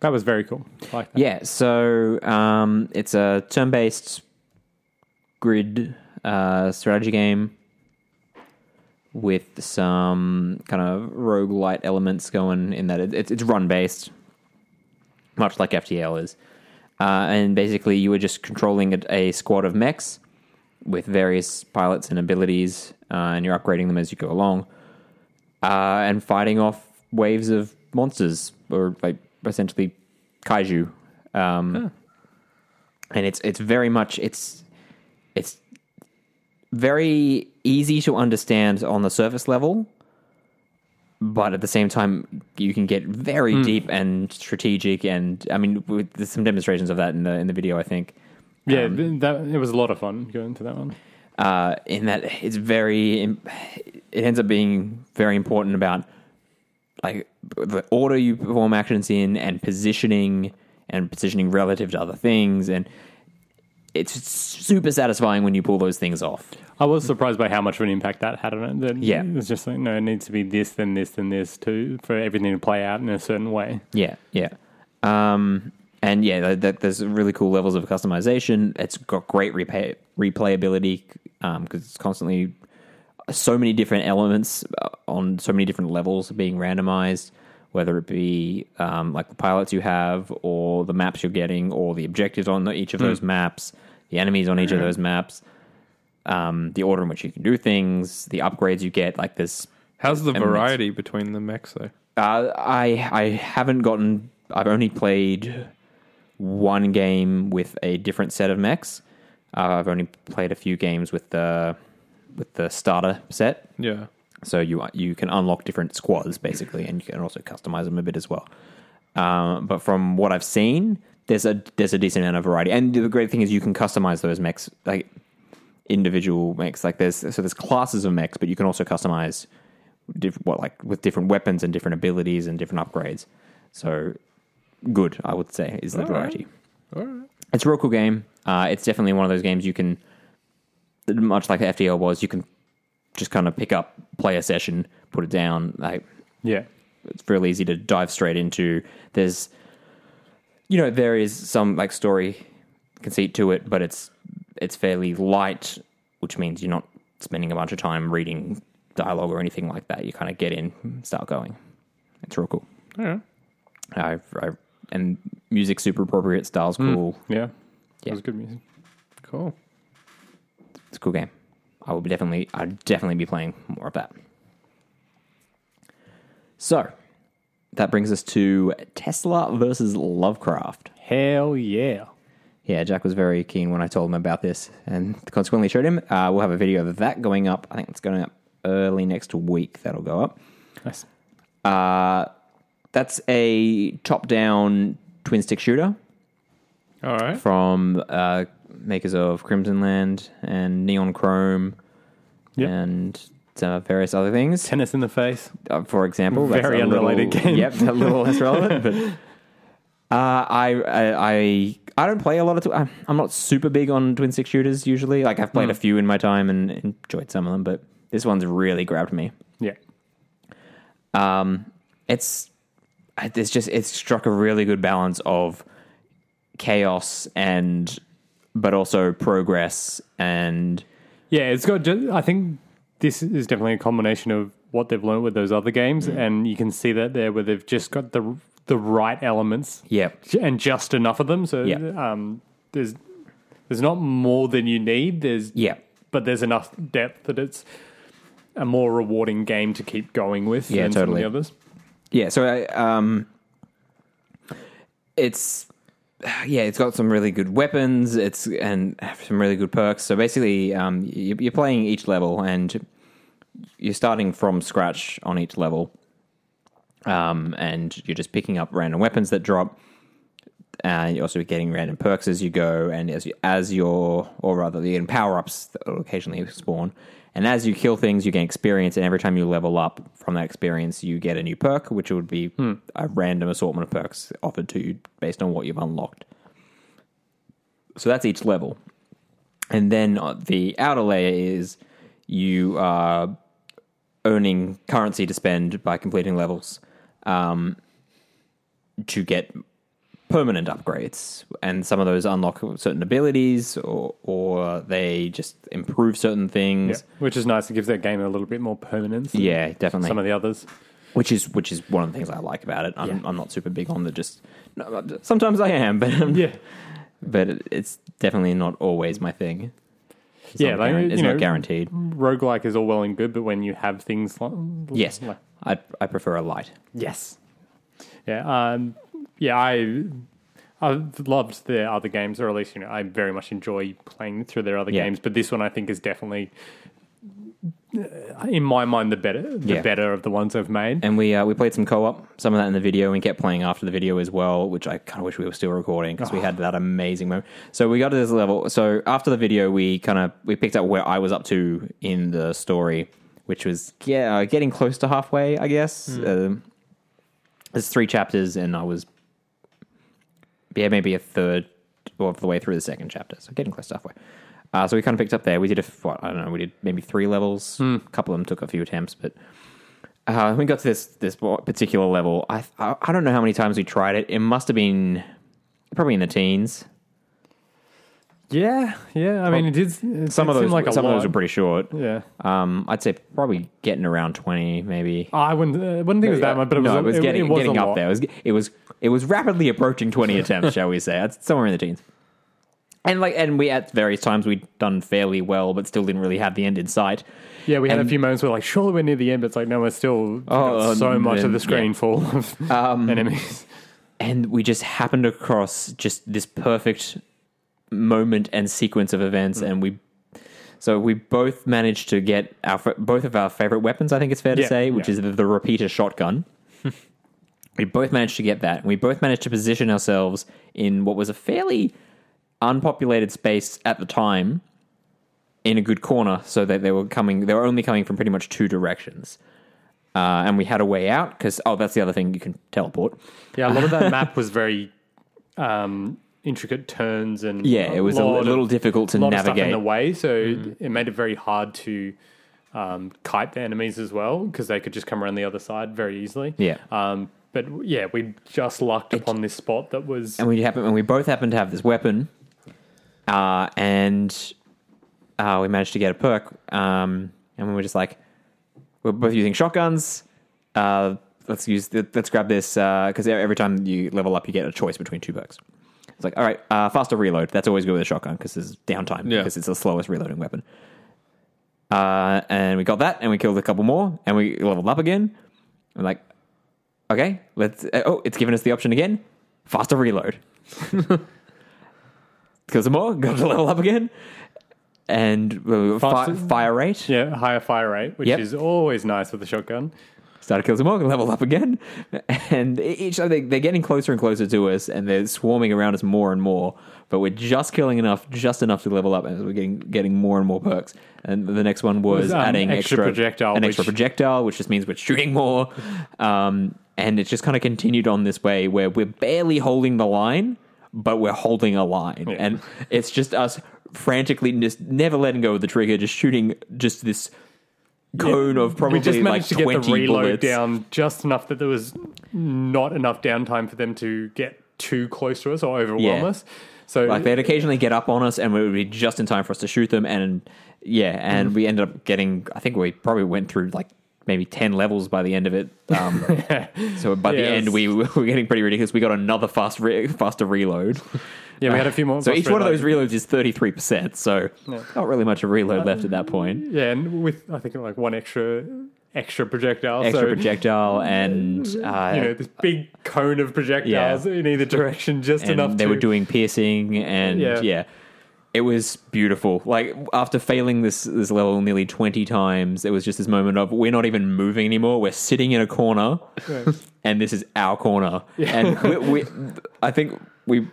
S2: That was very cool. I like that.
S1: Yeah, so um, it's a turn based grid uh, strategy game with some kind of roguelite elements going in that it, it's, it's run based, much like FTL is. Uh, and basically, you were just controlling a, a squad of mechs with various pilots and abilities, uh, and you're upgrading them as you go along uh, and fighting off waves of monsters or like essentially kaiju. Um, And it's it's very much it's it's very easy to understand on the surface level, but at the same time, you can get very deep and strategic. And I mean, with, there's some demonstrations of that in the in the video. I think.
S2: Yeah,
S1: Um,
S2: th- that it was a lot of fun going to that one.
S1: uh, in that it's very it ends up being very important about like the order you perform actions in and positioning and positioning relative to other things and it's super satisfying when you pull those things off
S2: I was surprised by how much of an impact that had on it. That
S1: Yeah.
S2: it was just like no, it needs to be this, then this, then this too for everything to play out in a certain way.
S1: yeah yeah um and yeah th th there's really cool levels of customization it's got great replay replayability um because it's constantly so many different elements uh, on so many different levels being randomized, whether it be um, like the pilots you have, or the maps you're getting, or the objectives on each of those maps, the enemies on each of those maps, um, the order in which you can do things, the upgrades you get. Like this,
S3: How's the
S1: And-
S3: variety between the mechs though?
S1: uh, I I haven't gotten. I've only played one game with a different set of mechs. Uh, I've only played a few games with the with the starter set.
S3: Yeah.
S1: So you you can unlock different squads basically, and you can also customize them a bit as well. Um, but from what I've seen, there's a there's a decent amount of variety, and the great thing is you can customize those mechs like individual mechs. Like there's so there's classes of mechs, but you can also customize diff, what like with different weapons and different abilities and different upgrades. So good, I would say, is the
S3: All right.
S1: variety.
S3: All right.
S1: It's a real cool game. Uh, it's definitely one of those games you can, much like the FDL was, you can just kind of pick up, play a session, put it down. Like
S2: Yeah,
S1: it's real easy to dive straight into. There's, you know, there is some like story conceit to it, but it's it's fairly light, which means you're not spending a bunch of time reading dialogue or anything like that. You kind of get in, start going. It's real cool.
S3: All right.
S1: I, I and music super appropriate, styles cool.
S2: yeah, it
S1: Yeah.
S2: was good music.
S3: Cool.
S1: It's a cool game. I will be definitely, I'd definitely be playing more of that. So, that brings us to Tesla versus Lovecraft.
S2: Hell yeah!
S1: Yeah, Jack was very keen when I told him about this, and consequently showed him. Uh, we'll have a video of that going up. I think it's going up early next week. That'll go up.
S2: Nice.
S1: Uh, that's a top-down twin-stick shooter
S3: All right.
S1: from uh, makers of Crimson Land and Neon Chrome,
S2: Yep.
S1: and uh, various other things.
S2: Tennis in the face.
S1: uh, for example. that's
S2: Very
S1: a little-
S2: unrelated game.
S1: Yep, a little less relevant. But uh, I, I, I, I don't play a lot of. Tw- I'm- I'm not super big on twin stick shooters usually. Like I've
S2: Hmm.
S1: played a few in my time and enjoyed some of them, but this one's really grabbed me.
S2: Yeah,
S1: Um, it's it's just it's struck a really good balance of chaos and but also progress and
S2: yeah, it's got. ju- I think this is definitely a combination of what they've learned with those other games,
S1: Mm.
S2: and you can see that there where they've just got the the right elements
S1: yeah
S2: J- and just enough of them. So
S1: Yeah.
S2: um, there's there's not more than you need. There's
S1: yeah
S2: but there's enough depth that it's a more rewarding game to keep going with
S1: Yeah,
S2: than
S1: totally.
S2: some of the others.
S1: Yeah, so I, um, it's yeah, it's got some really good weapons. It's and some really good perks. So basically, um, you, you're playing each level and you're starting from scratch on each level, um, and you're just picking up random weapons that drop. And you're also getting random perks as you go, and as you, as your or rather you're getting power ups that will occasionally spawn. And as you kill things, you gain experience, and every time you level up from that experience, you get a new perk, which would be a random assortment of perks offered to you based on what you've unlocked. So that's each level. And then uh, the outer layer is you are earning currency to spend by completing levels um, to get permanent upgrades. And some of those unlock certain abilities or, or they just improve certain things.
S2: Which is nice. It gives that game a little bit more permanence. than
S1: Yeah, definitely.
S2: Some of the others.
S1: which is which is one of the things I like about it. I'm,
S2: Yeah.
S1: I'm not super big on the just. No, sometimes I am, but um,
S2: Yeah.
S1: but it- it's definitely not always my thing. It's
S2: Yeah,
S1: not
S2: like,
S1: guaran-
S2: you
S1: it's
S2: know,
S1: not guaranteed.
S2: Roguelike is all well and good, but when you have things like.
S1: Yes,
S2: like-
S1: I I prefer a light.
S2: yes. Yeah. Um, yeah, I. I've loved their other games, or at least you know I very much enjoy playing through their other
S1: Yeah.
S2: games. But this one, I think, is definitely uh, in my mind, the better, the
S1: Yeah.
S2: better of the ones I've made.
S1: And we uh, we played some co-op, some of that in the video, and we kept playing after the video as well, which I kind of wish we were still recording because we had that amazing moment. So we got to this level. So after the video, we kind of we picked up where I was up to in the story, which was yeah, getting close to halfway, I guess. Um there's three chapters, and I was yeah, maybe a third of the way through the second chapter. So getting close to halfway. Uh, so we kind of picked up there. We did a f- what I don't know. We did maybe three levels. A couple of them took a few attempts, but uh, we got to this this particular level. I, I I don't know how many times we tried it. It must have been probably in the teens.
S2: Yeah, yeah. I mean, it did. It
S1: Some
S2: did
S1: of those
S2: seem like a
S1: some of
S2: lot.
S1: those were pretty short.
S2: yeah.
S1: Um, I'd say probably getting around twenty, maybe.
S2: I wouldn't. Uh, wouldn't think it was that much, but it was.
S1: no,
S2: a-
S1: it was getting
S2: it was
S1: getting
S2: a
S1: up
S2: lot.
S1: there. It was it was it was rapidly approaching twenty attempts, shall we say? It's somewhere in the teens. And like, and we at various times we'd done fairly well, but still didn't really have the end in sight.
S2: Yeah, we had
S1: And-
S2: a few moments where like, surely we're near the end, but it's like, no, we're still
S1: Oh,
S2: got so
S1: um,
S2: much
S1: then-
S2: of the screen full of enemies.
S1: and we just happened across just this perfect moment and sequence of events
S2: Mm.
S1: and we so we both managed to get our fa- both of our favorite weapons i think it's fair to
S2: Yeah,
S1: say which
S2: yeah.
S1: is the, the repeater shotgun we both managed to get that we both managed to position ourselves in what was a fairly unpopulated space at the time in a good corner so that they were coming they were only coming from pretty much two directions uh, and we had a way out because oh that's the other thing you can teleport
S2: Yeah, a lot of that map was very um, intricate turns and
S1: Yeah, it was a
S2: lot
S1: li-
S2: of-
S1: little difficult to
S2: lot of stuff
S1: navigate. Mm-hmm.
S2: in the way, so it made it very hard to um, kite the enemies as well because they could just come around the other side very easily.
S1: Yeah.
S2: Um, but yeah, we just lucked upon this spot that was
S1: and we happen and we both happen to have this weapon, uh, and uh, we managed to get a perk. Um, and we were just like, we're both using shotguns. Uh, let's use th- let's grab this because every time you level up, you get a choice between two perks. It's like, all right, uh, faster reload. That's always good with a shotgun because there's downtime
S3: Yeah.
S1: because it's the slowest reloading weapon. Uh, and we got that, and we killed a couple more, and we leveled up again. I'm like, okay, let's. Uh, oh, it's given us the option again. Faster reload. Kill some more. Got to level up again, and uh, fi-
S2: Faster-
S1: fire rate.
S2: yeah higher fire rate, which
S1: Yep.
S2: is always nice with a shotgun.
S1: Started kills them all, level up again, and e-, each they, they're getting closer and closer to us, and they're swarming around us more and more. But we're just killing enough, just enough to level up, and we're getting getting more and more perks. And the next one was
S2: Was, um,
S1: adding
S2: extra projectile,
S1: an extra
S2: which-
S1: projectile, which just means we're shooting more. Um, and it just kind of continued on this way, where we're barely holding the line, but we're holding a line, and it's just us frantically just never letting go of the trigger, just shooting just this cone of probably
S2: we just managed
S1: like
S2: to get
S1: 20
S2: the reload
S1: bullets.
S2: down just enough that there was not enough downtime for them to get too close to us or overwhelm
S1: Yeah.
S2: us. So
S1: Like they'd occasionally get up on us, and it would be just in time for us to shoot them. And yeah, and we ended up getting. I think we probably went through like maybe ten levels by the end of it. Um, So by the
S2: Yeah,
S1: end,
S2: it's-
S1: we were getting pretty ridiculous. We got another fast, re- faster reload.
S2: yeah, we had a few more.
S1: So
S2: fast
S1: each one of
S2: reloads.
S1: those reloads is thirty three percent. So not really much of reload left at that point.
S2: Yeah, and with I think like one extra extra projectile.
S1: Extra
S2: so,
S1: projectile and uh,
S2: you know, this big cone of projectiles
S1: Yeah.
S2: in either direction, just
S1: and
S2: enough
S1: they
S2: to
S1: were doing piercing and yeah.
S2: Yeah.
S1: it was beautiful like after failing this this level nearly 20 times it was just this moment of we're not even moving anymore we're sitting in a corner and this is our corner and we, we, i think we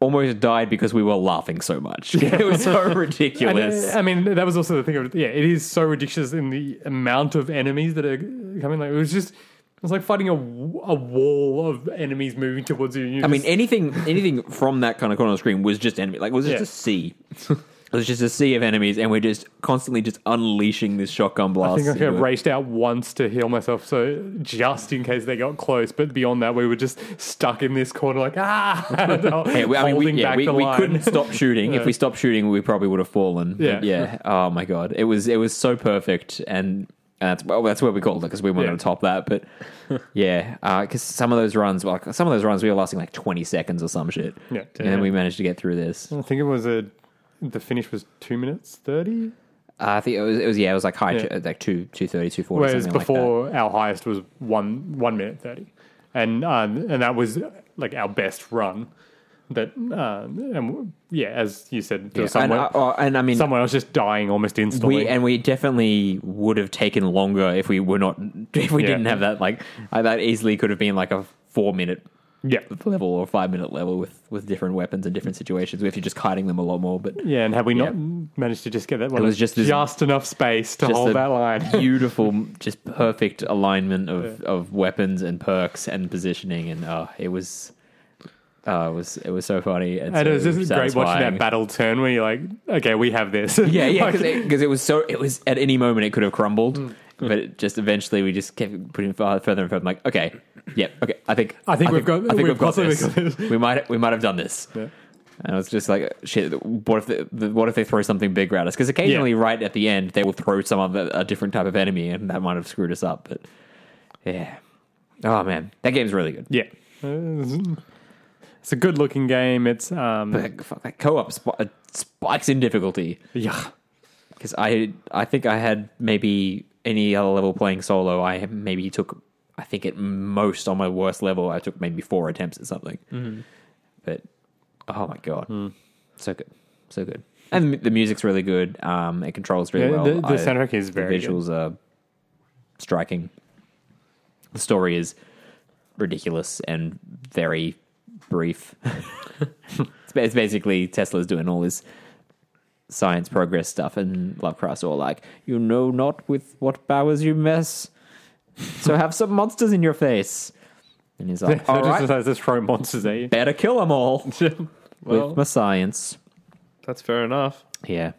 S1: almost died because we were laughing so much it was so
S2: And, uh,
S1: ridiculous
S2: I mean, that was also the thing. Of, yeah, it is so ridiculous in the amount of enemies that are coming. Like it was just, it was like fighting a, w- a wall of enemies moving towards you. and you're
S1: I mean,
S2: just-
S1: anything anything from that kind of corner of the screen was just enemy. Like, it was just
S2: Yeah.
S1: a sea. it was just a sea of enemies, and we're just constantly just unleashing this shotgun blast.
S2: I think like, I
S1: into it.
S2: raced out once to heal myself, so just in case they got close. But beyond that, we were just stuck in this corner, like ah,
S1: Yeah, we, I mean, we,
S2: holding
S1: yeah,
S2: back
S1: we,
S2: the
S1: we
S2: line.
S1: couldn't stop shooting. If
S2: Yeah.
S1: we stopped shooting, we probably would have fallen. But
S2: Yeah.
S1: yeah. Oh my god, it was it was so perfect, and uh, that's well, that's where we called it because we weren't
S2: Yeah.
S1: going to top that. But yeah, because some of those runs, well, some of those runs, we were lasting like twenty seconds or some shit.
S2: Yeah.
S1: and then we managed to get through this. Uh,
S2: I think it was a. The finish was two minutes thirty.
S1: I think it was, it was yeah, it was like high,
S2: Yeah.
S1: like two two thirty, two forty,
S2: Whereas
S1: something like that.
S2: before, our highest was one one minute thirty, and um, and that was uh, like our best run. that uh, and, yeah, as you said, there was
S1: and,
S2: someone
S1: I- oh, and I mean,
S2: someone else just dying almost instantly.
S1: we and we definitely would have taken longer if we were not if we
S2: Yeah.
S1: didn't have that. Like I, that easily could have been like a four minute
S2: yeah,
S1: level or five minute level with with different weapons and different situations. If you're just kiting them a lot more, but
S2: yeah, and had we not
S1: Yeah.
S2: managed to just get that one,
S1: was just this-
S2: enough space to
S1: just
S2: hold
S1: a
S2: that line.
S1: beautiful, just perfect alignment of, of weapons and perks and positioning, and uh, it was. Uh, it was it was so funny and,
S2: And
S1: so
S2: it was just great watching
S1: satisfying.
S2: that battle turn where you're like, okay, we have this.
S1: Yeah, yeah,
S2: Like, Mm.
S1: because it, 'cause it was so. It was at any moment it could have crumbled, but it just eventually we just kept putting far, further and further. I'm like, okay, yeah, okay. I think
S2: I think we've got-
S1: I think
S2: we've
S1: we've got
S2: possibly
S1: this.
S2: got this.
S1: we might we might have done this.
S2: Yeah.
S1: And it's just like shit. What if the, the, what if they throw something bigger at us? Because occasionally, right at the end, they will throw some other a different type of enemy, and that might have screwed us up. But yeah, oh man, that game's really good.
S2: yeah. It's a good looking game. It's um,
S1: But fuck, that co-op sp- uh, spikes in difficulty.
S2: yeah.
S1: because I I think I had maybe any other level playing solo. I maybe took I think at most on my worst level I took maybe four attempts at something.
S2: Mm-hmm.
S1: But oh my god,
S2: Hmm.
S1: so good, so good. And the music's really good. Um, it controls really
S2: Yeah,
S1: well.
S2: the, the
S1: I-
S2: soundtrack is
S1: the
S2: very good.
S1: visuals are striking. The story is ridiculous and very brief. it's ba- it's basically Tesla's doing all this science progress stuff, and Lovecraft's all like, "You know not with what powers you mess, so have some monsters in your face." And he's like,
S2: So
S1: "All
S2: just
S1: right,
S2: decides to throw monsters at you.
S1: better kill them all
S3: Well,
S1: with my science."
S3: that's fair enough.
S1: Yeah,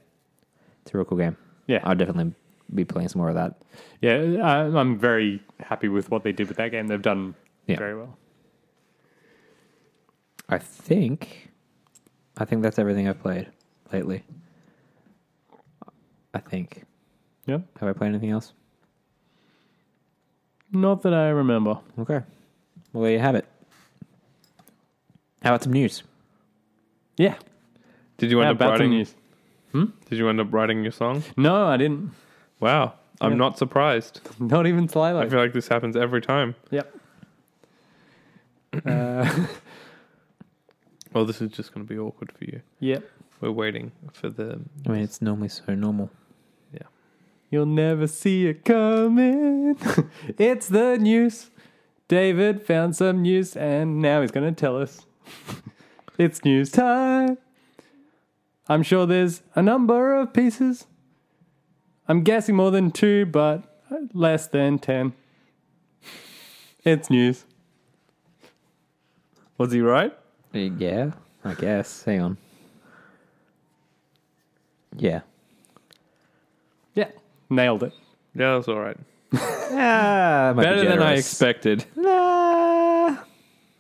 S1: it's a real cool game.
S2: Yeah.
S1: I'll definitely be playing some more of that.
S2: Yeah, I, I'm very happy with what they did with that game. They've done
S1: Yeah.
S2: very well.
S1: I think, I think that's everything I've played lately. I think.
S2: Yeah.
S1: Have I played anything else?
S2: Not that I remember.
S1: Okay. Well, there you have it. How about some news?
S2: Yeah.
S3: Did you end
S2: How
S3: up
S2: about the
S3: writing?
S2: news?
S3: Did you end up writing your song?
S2: No, I didn't.
S3: Wow, I'm not surprised.
S2: Not even
S3: I
S2: slightly.
S3: feel like this happens every time.
S2: Yep. uh,
S3: Well, this is just going to be awkward for you.
S2: yep.
S3: We're waiting for the.
S1: I mean, it's normally so normal.
S2: You'll never see it coming. it's the news. David found some news and now he's going to tell us. it's news time. I'm sure there's a number of pieces. I'm guessing more than two, but less than 10. It's news.
S3: Was he right?
S1: Uh, Yeah, I guess. Hang on. Yeah.
S2: Yeah. Nailed it.
S3: Yeah, that's all right.
S1: Ah,
S3: Better than I expected.
S1: Ah,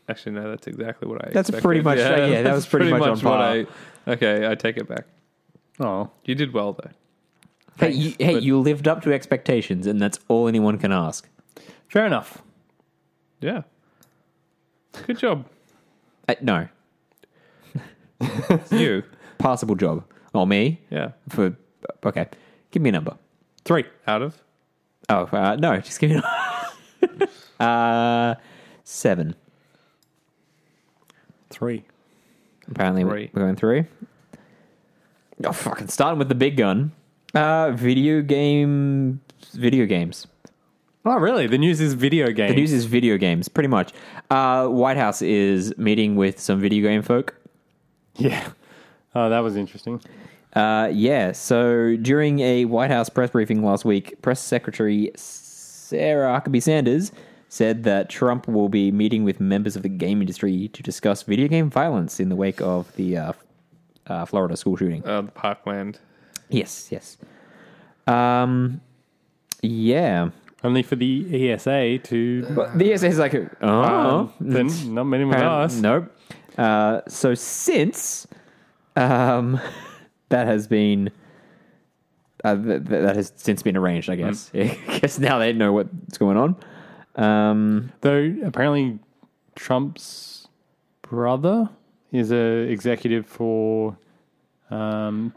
S3: Actually, no, that's exactly what I.
S1: That's
S3: expected.
S1: pretty much- yeah, that
S3: that's
S1: was pretty much on
S3: what
S1: par.
S3: I. Okay, I take it back.
S2: Oh.
S3: You did well though.
S1: hey, you, hey, you lived up to expectations, and that's all anyone can ask.
S2: Fair enough.
S3: Yeah. Good job.
S1: Uh, no,
S3: It's you.
S1: passable job. Or me
S3: Yeah.
S1: for okay. Give me a number.
S2: Three.
S3: Out of.
S1: Oh uh, no, just give me a uh, seven.
S2: Three.
S1: Apparently, we
S3: Three.
S1: we're going three. Oh, fucking starting with the big gun. Uh, video game, video games.
S2: Oh, really? The news is video games.
S1: The news is video games, pretty much. Uh, White House is meeting with some video game folk.
S2: yeah. Oh, that was interesting.
S1: Uh, yeah, so during a White House press briefing last week, Press Secretary Sarah Huckabee Sanders said that Trump will be meeting with members of the game industry to discuss video game violence in the wake of the uh, uh, Florida school shooting.
S3: Uh, the Parkland.
S1: Yes, yes. Um, yeah.
S2: Only for the ESA to.
S1: But the ESA is like, oh,
S2: Um, then not meeting with us.
S1: Nope. Uh, so since um, that has been uh, th- th- that has since been arranged, I guess. I guess now they know what's going on. Um,
S2: Though apparently Trump's brother is a executive for um,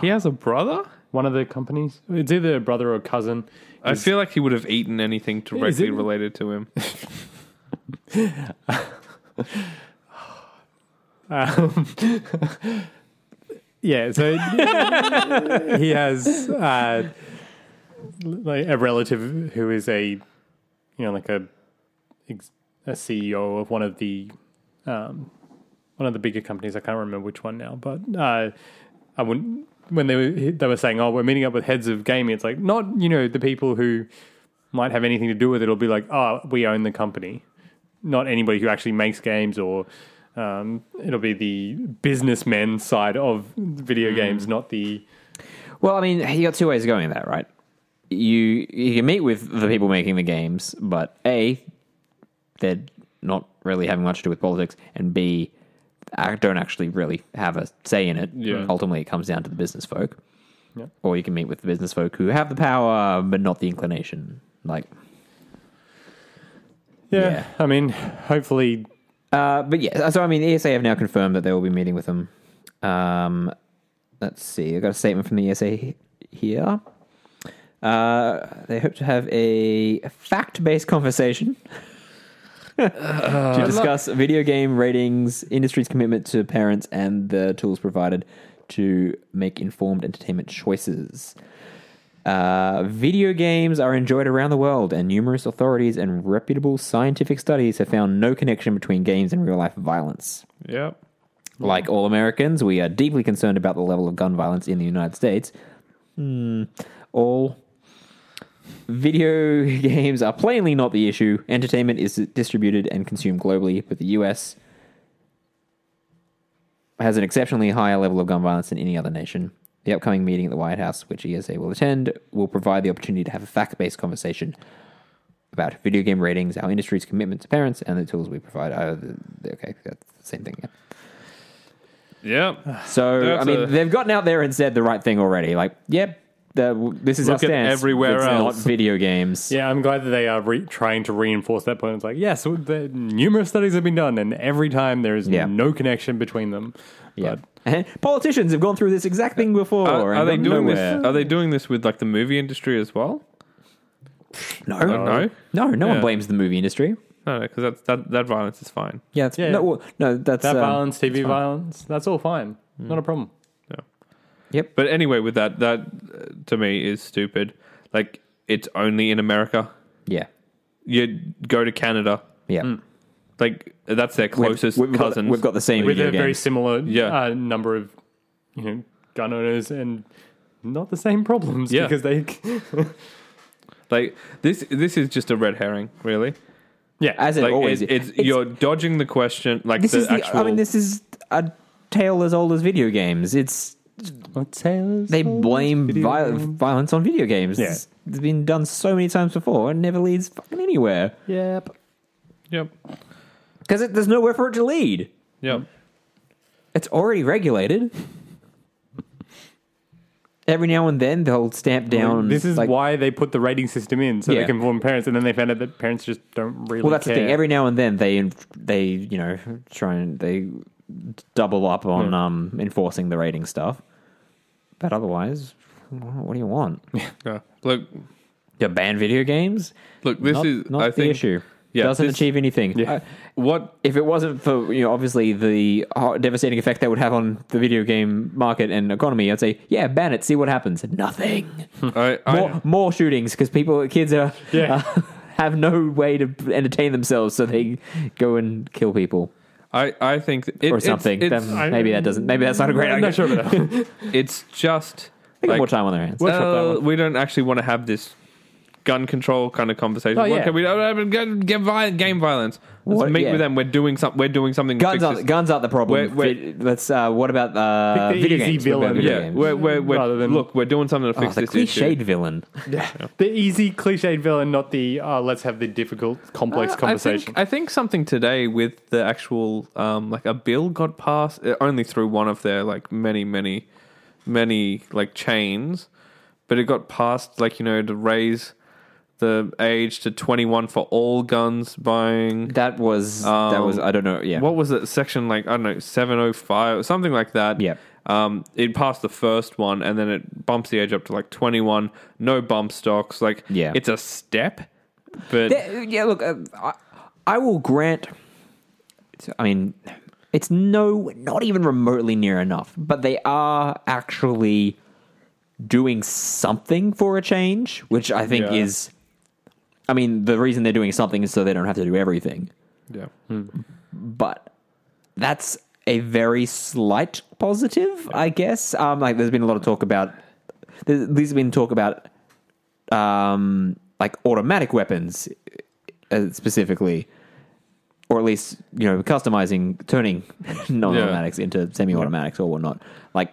S3: He has a brother.
S2: one of the companies. It's either a brother or cousin.
S3: I feel like he would have eaten anything directly
S2: it-
S3: related to him.
S2: Um, yeah, so he has uh, like a relative who is a you know like a ex- a CEO of one of the um, one of the bigger companies. I can't remember which one now, but uh, I wouldn't. When they were they were saying, "Oh, we're meeting up with heads of gaming," it's like not you know the people who might have anything to do with it. It'll be like, "Oh, we own the company," not anybody who actually makes games or. Um, it'll be the businessmen side of video games, not the
S1: Well, I mean, you got two ways of going with that, right? You you can meet with the people making the games, but a they're not really having much to do with politics, and b I don't actually really have a say in it.
S3: Yeah.
S1: Ultimately, it comes down to the business folk.
S2: Yeah.
S1: Or you can meet with the business folk who have the power but not the inclination. Like,
S2: Yeah,
S1: Yeah.
S2: I mean, hopefully,
S1: Uh, but yeah, so I mean, ESA have now confirmed that they will be meeting with them. Um, let's see, I got a statement from the ESA he- here. Uh, they hope to have a fact-based conversation to discuss video game ratings, industry's commitment to parents, and the tools provided to make informed entertainment choices. Uh, video games are enjoyed around the world, and numerous authorities and reputable scientific studies have found no connection between games and real life violence.
S3: Yep.
S1: Like all Americans, we are deeply concerned about the level of gun violence in the United States. Hmm. all video games are plainly not the issue. Entertainment is distributed and consumed globally, but the US has an exceptionally higher level of gun violence than any other nation. The upcoming meeting at the White House, which ESA will attend, will provide the opportunity to have a fact based conversation about video game ratings, our industry's commitment to parents, and the tools we provide. Oh, the- the- okay, that's the same thing. Yeah.
S3: Yep.
S1: So
S3: That's
S1: I mean,
S3: a-
S1: they've gotten out there and said the right thing already. Like, yep, the, this is
S3: Look
S1: our
S3: at
S1: stance.
S3: everywhere
S1: it's
S3: else.
S1: not video games.
S2: yeah, I'm glad that they are re- trying to reinforce that point. It's like, yes, the, numerous studies have been done, and every time there is
S1: Yeah.
S2: no connection between them.
S1: Yeah. And politicians have gone through this exact thing before.
S3: Uh, Are,
S1: and
S3: are they
S1: gone
S3: doing
S1: nowhere.
S3: this? Uh, Are they doing this with like the movie industry as well?
S1: No,
S3: uh, no.
S1: no, no one
S3: Yeah.
S1: blames the movie industry.
S3: No, because that's that that violence is fine.
S1: Yeah, that's,
S2: Yeah.
S1: no, well, no, that's
S2: That
S1: um,
S2: violence, TV violence, that's all fine,
S1: Hmm.
S2: not a problem.
S1: Yep.
S3: But anyway, with that, that uh, to me is stupid. Like it's only in America.
S1: Yeah,
S3: You go to Canada,
S1: yeah.
S3: like that's their
S1: We've-
S3: Mm. closest
S1: we've, got,
S3: cousins.
S1: we've got the same
S2: With
S1: video
S2: a very
S1: games.
S2: similar
S3: Yeah.
S2: uh, number of you know gun owners and not the same problems
S3: Yeah.
S2: because they
S3: like this. This is just a red herring, really.
S2: yeah
S1: As it
S3: Like
S1: always
S3: it-
S1: is.
S3: it's, you're dodging the question. Like
S1: this
S3: the
S1: is the,
S3: actual.
S1: I mean, this is a tale as old as video games. It's they blame viol- violence on video games.
S2: Yeah.
S1: It's been done so many times before and never leads fucking anywhere
S2: yep
S3: yep.
S1: because there's nowhere for it to lead.
S3: Yep.
S1: It's already regulated. Every now and then they'll stamp down.
S2: This is
S1: like-
S2: why they put the rating system in so
S1: Yeah.
S2: they can inform parents, and then they found out that parents just don't really.
S1: Well, that's the
S2: care.
S1: thing. Every now and then they they you know try and they double up on um enforcing the rating stuff. But otherwise, what do you want?
S3: Yeah. Look.
S1: You ban video games?
S3: Look. This
S1: not,
S3: is.
S1: not
S3: I
S1: the
S3: think
S1: issue.
S3: yeah,
S1: doesn't
S3: this-
S1: achieve anything.
S2: Yeah.
S1: I-
S3: what
S1: if it wasn't for you know obviously the ho- devastating effect that would have on the video game market and economy, I'd say yeah, ban it, see what happens. Nothing.
S3: I, Hmm. I
S1: More, more shootings because people, kids are
S2: Yeah.
S1: uh, have no way to entertain themselves, so they go and kill people
S3: I, I think that it,
S1: or something.
S3: It's, it's,
S1: Then
S2: I-
S1: maybe that doesn't. Maybe that's not a great
S2: I'm not
S1: idea.
S2: sure about that.
S3: it's just
S1: They got
S3: like,
S1: more time on their hands.
S2: Well, Workshop that
S3: "Oh,
S1: Uh,
S2: one."
S3: we don't actually want to have this gun control kind of conversation.
S2: Oh,
S3: What
S2: yeah.
S3: can we don't have gun- gun vi- game violence. Let's
S1: What-
S3: meet
S1: yeah.
S3: with them. We're doing something. We're doing something. to
S1: Guns
S3: fix
S1: aren't,
S3: this.
S1: guns aren't the problem.
S3: Wait, wait.
S1: Vid- Let's. Uh, what about uh,
S2: Pick the
S1: video
S2: easy
S1: games? What about
S2: villain.
S1: video
S3: yeah,
S1: games?
S3: we're, we're,
S2: Rather
S3: we're,
S2: than-
S3: look, we're doing something to
S1: Oh,
S3: fix
S1: the
S3: this
S1: cliched
S3: issue.
S1: villain.
S2: the easy cliched villain, not the uh, let's have the difficult, complex
S3: Uh, I
S2: conversation.
S3: think, I think something today with the actual um, like a bill got passed uh, only through one of their like many many many like chains, but it got passed like you know to raise the age to twenty one for all guns buying.
S1: That was. that
S3: Um,
S1: was. I don't know. Yeah.
S3: What was it? Section like I don't know seven oh five or something like that.
S1: Yep.
S3: Um, it passed the first one and then it bumps the age up to like twenty one. No bump stocks. Like
S1: Yeah.
S3: it's a step, but
S1: There- yeah, look, uh, I, I will grant. I mean, It's no, not even remotely near enough, but they are actually doing something for a change, which I think
S3: Yeah.
S1: is. I mean, the reason they're doing something is so they don't have to do everything,
S3: Yeah.
S1: but that's a very slight positive, I guess. Um, like, there's been a lot of talk about. There's, there's been talk about, um, like automatic weapons, uh, specifically, or at least you know customizing, turning non-automatics into semi-automatics or whatnot. Like,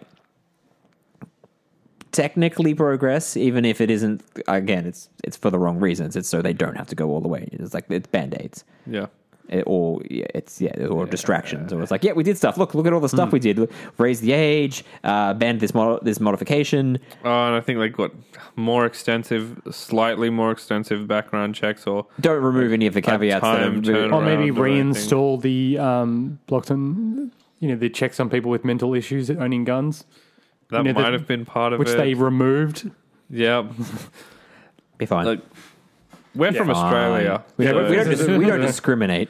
S1: technically progress, even if it isn't. Again, it's it's for the wrong reasons. It's so they don't have to go all the way. It's like it's band aids
S3: Yeah.
S1: it- Eh, or yeah, it's yeah, or distractions, or it's like yeah, we did stuff. Look, look at all the stuff we did. Look, raise the age, uh, banned this mod- this modification.
S3: Uh, and I think they got more extensive, slightly more extensive background checks or
S1: Don't remove any of the caveats that
S3: time
S1: are.
S3: turn-
S2: Or maybe
S3: around or anything.
S2: reinstall the um, blocks on, you know, the checks on people with mental issues owning guns,
S3: that
S2: Yeah, the-
S3: might have been part of
S2: which
S3: it.
S2: they removed.
S3: yeah.
S1: Be fine.
S3: Like, we're from
S1: Fine.
S3: Australia.
S1: We don't,
S3: so
S1: we, don't
S2: this
S1: dis-
S2: is-
S1: we don't discriminate.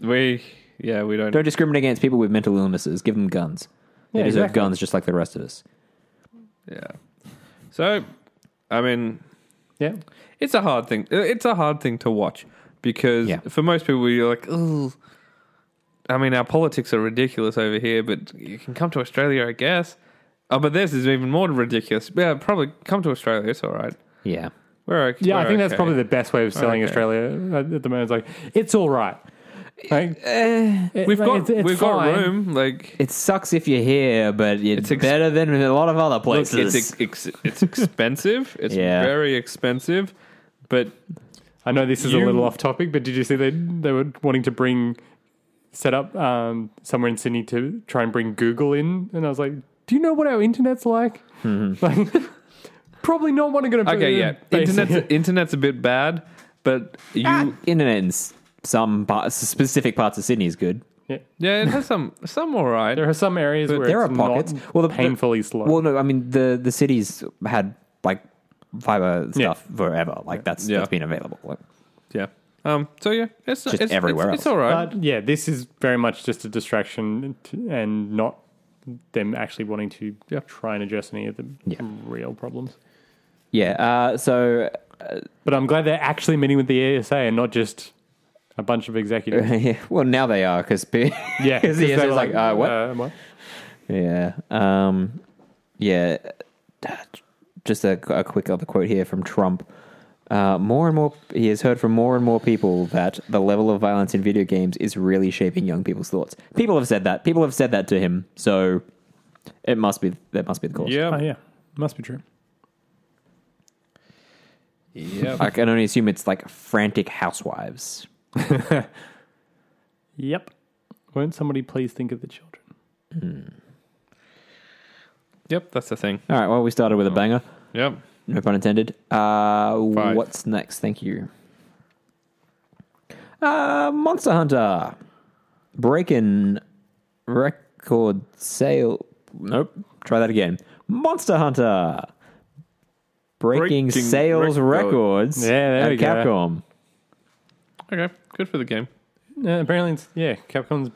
S3: we- yeah, we don't.
S1: Don't discriminate against people with mental illnesses. Give them guns. They
S2: Yeah,
S1: deserve
S2: exactly.
S1: guns just like the rest of us.
S3: Yeah. So, I mean,
S2: Yeah.
S3: it's a hard thing. It's a hard thing to watch because
S1: Yeah.
S3: for most people, you're like, oh, I mean, our politics are ridiculous over here, but you can come to Australia, I guess. Oh, but this is even more ridiculous. Yeah, probably come to Australia. It's all right.
S1: Yeah,
S3: We're okay.
S2: Yeah, I
S3: we're
S2: think that's
S3: okay.
S2: probably the best way of selling
S3: Okay.
S2: Australia at at the moment. It's like, it's all right. Like, it-
S3: Eh, we've
S2: like,
S3: got
S2: it's- it's
S3: we've
S2: fine.
S3: got room. Like
S1: it sucks if you're here, but it's,
S3: It's ex-
S1: better than a lot of other places.
S3: it's ex- ex- it's expensive. It's
S1: Yeah.
S3: very expensive, but
S2: I know this is
S3: You-
S2: a little off topic, but did you see they they were wanting to bring set up um, somewhere in Sydney to try and bring Google in, and I was like, do you know what our internet's like? Like, probably not what I'm going to.
S3: Hmm. okay, yeah, internet's internet's a bit bad, but you
S1: Ah, internet in s- some parts, specific parts of Sydney is good.
S3: yeah, it has some some all right.
S2: There are some areas where
S1: there
S2: it's
S1: are pockets.
S2: Not
S1: Well,
S2: well,
S1: the-
S2: the
S1: the-
S2: painfully slow.
S1: Well, no, I mean the the cities had like fiber
S2: Yeah.
S1: stuff forever. Like that's
S3: Yeah.
S1: that's been available. Like,
S3: Yeah. Um. So yeah, it's
S1: Just
S3: it's,
S1: everywhere
S3: It's, it's
S1: else.
S3: all right.
S2: but yeah, this is very much just a distraction t- and not them actually wanting to
S3: Yeah.
S2: try and address any of the
S1: Yeah.
S2: real problems.
S1: yeah. Uh, so
S2: But I'm glad they're actually meeting with the ASA and not just a bunch of executives.
S1: well, now they are because
S2: Yeah,
S1: because the
S2: they were
S1: answer's like, uh, what?
S2: uh, what?
S1: Yeah. Um, yeah. uh, Just a, a quick other quote here from Trump. Uh, more and more, he has heard from more and more people that the level of violence in video games is really shaping young people's thoughts. People have said that. People have said that to him. So it must be that must be the cause.
S3: Yeah.
S2: Oh, yeah, must be true.
S3: Yeah.
S1: I can only assume it's like frantic housewives.
S2: Yep. Won't somebody please think of the children?
S3: Yep. That's the thing.
S1: All right. Well, we started with a banger.
S3: Yep.
S1: No pun intended. Uh,
S3: Five.
S1: what's next? Thank you. Uh, Monster Hunter breaking record sale. Nope. Try that again. Monster Hunter breaking,
S3: Breaking
S1: sales
S3: record.
S1: records.
S2: Yeah, there
S1: at
S2: we go.
S1: Capcom.
S3: Okay. Good for the game.
S2: Uh, apparently, it's, yeah, Capcom's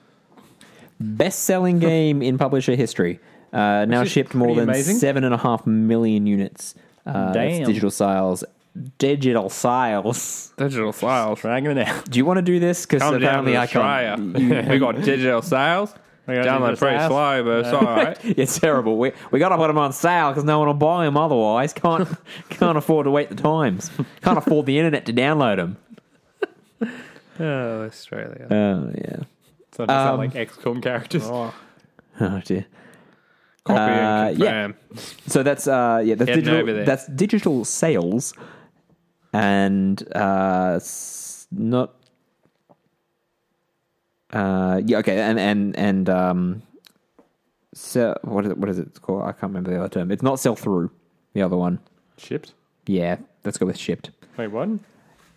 S1: Best-selling game in publisher history. Uh, now
S2: is
S1: shipped more
S2: pretty
S1: than
S2: amazing.
S1: seven and a half million units. Uh, that's
S2: Damn.
S1: digital sales. Digital sales.
S3: Digital sales.
S2: dragging it out.
S1: Do you want to do this? Because
S3: Come down
S1: apparently
S3: to
S1: I
S3: Australia.
S1: can't.
S3: we got digital sales.
S2: We got
S3: Download
S2: digital
S3: pretty
S2: sales.
S3: slow, but it's all right.
S1: It's terrible. We we got to put them on sale because no one will buy them otherwise. Can't can't afford to wait the times. Can't afford the internet to download them.
S3: Oh, Australia.
S1: Oh yeah.
S2: So it doesn't
S1: Um,
S2: sound like XCOM characters.
S1: Oh dear.
S3: Copy
S1: uh,
S3: and
S1: yeah.
S3: confirm.
S1: So that's uh yeah that's
S3: Heading over
S1: digital
S3: there.
S1: that's digital sales, and uh s- not. Uh yeah okay and and and um. So what is it, what is it called? I can't remember the other term. It's not sell through. The other one.
S2: Shipped?
S1: Yeah, let's go with shipped.
S2: Wait, what?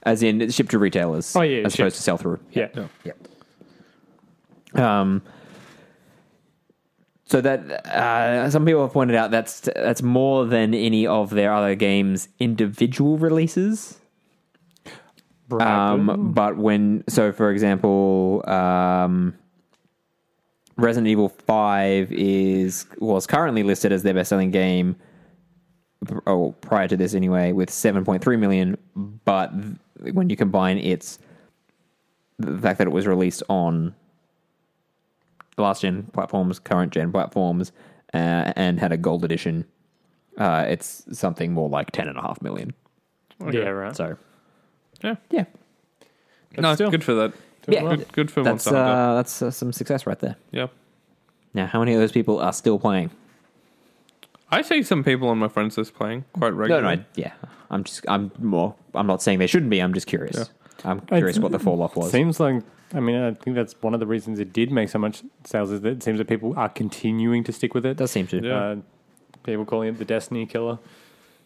S1: As in it's shipped to retailers.
S2: Oh, yeah,
S1: as
S2: shipped.
S1: opposed to sell through.
S2: Yeah.
S1: Um, so that uh, some people have pointed out that's that's more than any of their other games' individual releases.
S2: Right.
S1: Um, but when so for example, um, Resident Evil Five is was currently listed as their best-selling game. Oh, prior to this anyway, with 7.3 million. But th- when you combine its the fact that it was released on last gen platforms, current gen platforms, uh, and had a gold edition, uh, it's something more like 10.5 million.
S3: Okay.
S2: Yeah, right.
S1: So,
S3: Yeah.
S1: yeah.
S2: But
S3: no,
S2: still,
S3: good for that.
S2: doing
S1: Yeah.
S2: well.
S3: Good, good for
S1: That's
S3: Monster Hunter.
S1: uh, that's uh, some success right there.
S3: Yeah.
S1: Now, how many of those people are still playing?
S3: I see some people on my friends list playing quite
S1: No,
S3: regularly.
S1: no, I, yeah. I'm just, I'm more, I'm not saying they shouldn't be. I'm just curious. I'm curious what the fall off was.
S2: Seems like I mean I think that's one of the reasons it did make so much sales is that it seems that people are continuing to stick with it.
S1: It does seem to.
S3: Yeah.
S2: Uh, people calling it the Destiny Killer.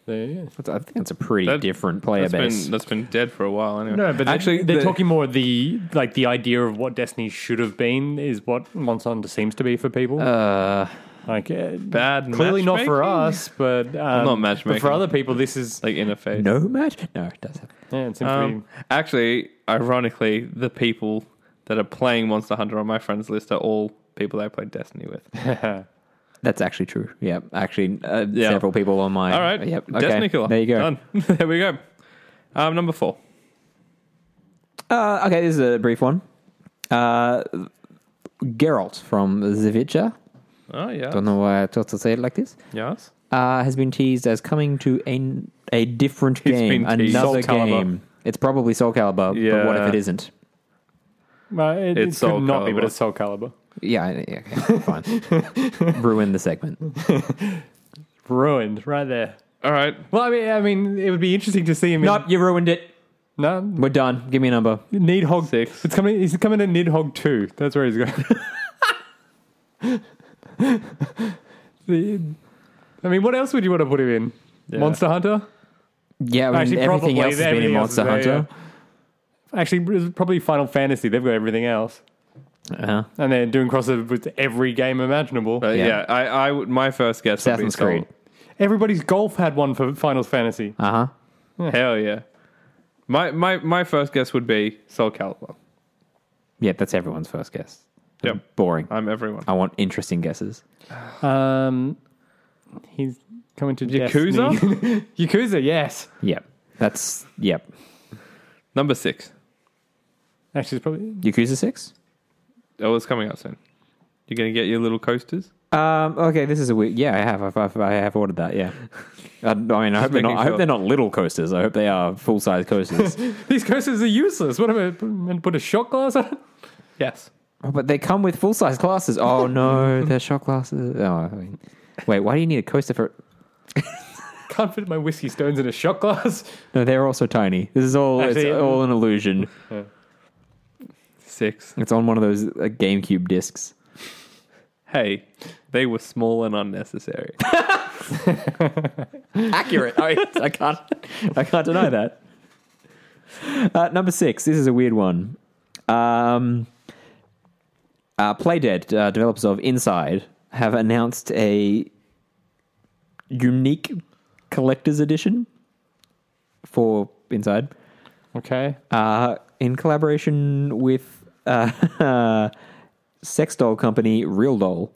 S2: The,
S1: That's- I think it's a pretty
S3: That-
S1: different player
S3: That's
S1: base.
S3: been that's been dead for a while anyway.
S2: No, but
S3: actually,
S2: actually, they're
S3: the-
S2: talking more the like the idea of what Destiny should have been is what Monster Hunter seems to be for people.
S1: uh,
S2: like uh,
S3: bad.
S2: clearly not for
S3: matchmaking?
S2: us, but um,
S3: not
S2: But
S3: matchmaking.
S2: for other people, this is
S3: Like interface.
S1: no match. No, it does have.
S2: yeah, it seems
S3: Um, actually, ironically, the people that are playing Monster Hunter on my friends list are all people that I played Destiny with.
S2: to
S1: That's actually true. Yeah, actually, uh,
S3: Yeah.
S1: several people on my.
S3: All right.
S1: Yep. Okay.
S3: Destiny Killer.
S1: There you go.
S3: Done. there we go. Um, number four.
S1: Uh, okay, this is a brief one. Uh, Geralt from The Witcher.
S3: Oh yeah.
S1: Don't know why I thought to say it like this.
S3: Yes.
S1: uh, has been teased as coming to a, a different
S3: It's
S1: game,
S3: been teased.
S1: another
S2: Soul Calibur.
S1: game. It's probably Soul Calibur, but what if
S3: Yeah.
S1: it isn't?
S2: be. Uh, it, it
S3: It's Soul
S2: could not be,
S3: Calibur.
S2: but it's Soul Calibur.
S1: Yeah, I- yeah okay, fine. Ruin the segment.
S2: Ruined right there.
S3: All right.
S2: Well, I mean, I mean, it would be interesting to see him. in-
S1: Nope, you ruined it.
S2: no,
S1: We're done. Give me a number.
S2: Needhog
S3: Six.
S2: It's coming. He's coming to Nidhogg two. That's where he's going. The- I mean, what else would you want to put him in? Monster Hunter.
S1: Yeah, I mean,
S2: Actually,
S1: everything
S2: probably
S1: else has been in
S2: everything else is
S1: Monster
S2: there,
S1: Hunter.
S2: Actually, it's probably Final Fantasy. They've got everything else,
S1: Uh-huh.
S2: and they're doing crossover with every game imaginable.
S3: But
S1: Yeah.
S3: yeah. I, I would- my first guess would be
S1: Assassin's Creed.
S2: Everybody's golf had one for Final Fantasy.
S1: Uh huh.
S3: Soul. Hell yeah. My my my first guess would be Soul Calibur.
S1: Yeah, that's everyone's first guess.
S3: Yep.
S1: Boring.
S3: I'm everyone.
S1: I want interesting guesses.
S2: Um, he's coming to
S3: Yakuza?
S2: Destiny. Yakuza, yes.
S1: Yep. That's yep.
S3: Number six.
S2: Actually, it's probably
S1: Yakuza Six.
S3: Oh, it's coming out soon. You're gonna get your little coasters.
S1: Um. Okay. This is a weird. Yeah, I have. I've, I've, I have ordered that. Yeah. I, I mean, I hope, they're not,
S3: making
S1: I hope
S3: sure.
S1: they're not little coasters. I hope they are full size coasters.
S2: these coasters are useless. What am I meant to put a shot glass on? it?
S3: Yes.
S1: Oh, but they come with full size glasses. Oh no, they're shot glasses. Oh, I mean, wait, why do you need a coaster for?
S2: Can't fit my whiskey stones in a shot glass.
S1: No, they're also tiny. This is all.
S2: Actually,
S1: it's all an illusion.
S3: Six.
S1: It's on one of those uh, GameCube discs.
S3: Hey, they were small and unnecessary.
S1: Accurate. I, I can't. I can't deny that. Uh, number six. This is a weird one. Um, uh, Playdead, uh, developers of Inside, have announced a unique collector's edition for Inside.
S2: Okay.
S1: uh, in collaboration with uh, sex doll company Real Doll.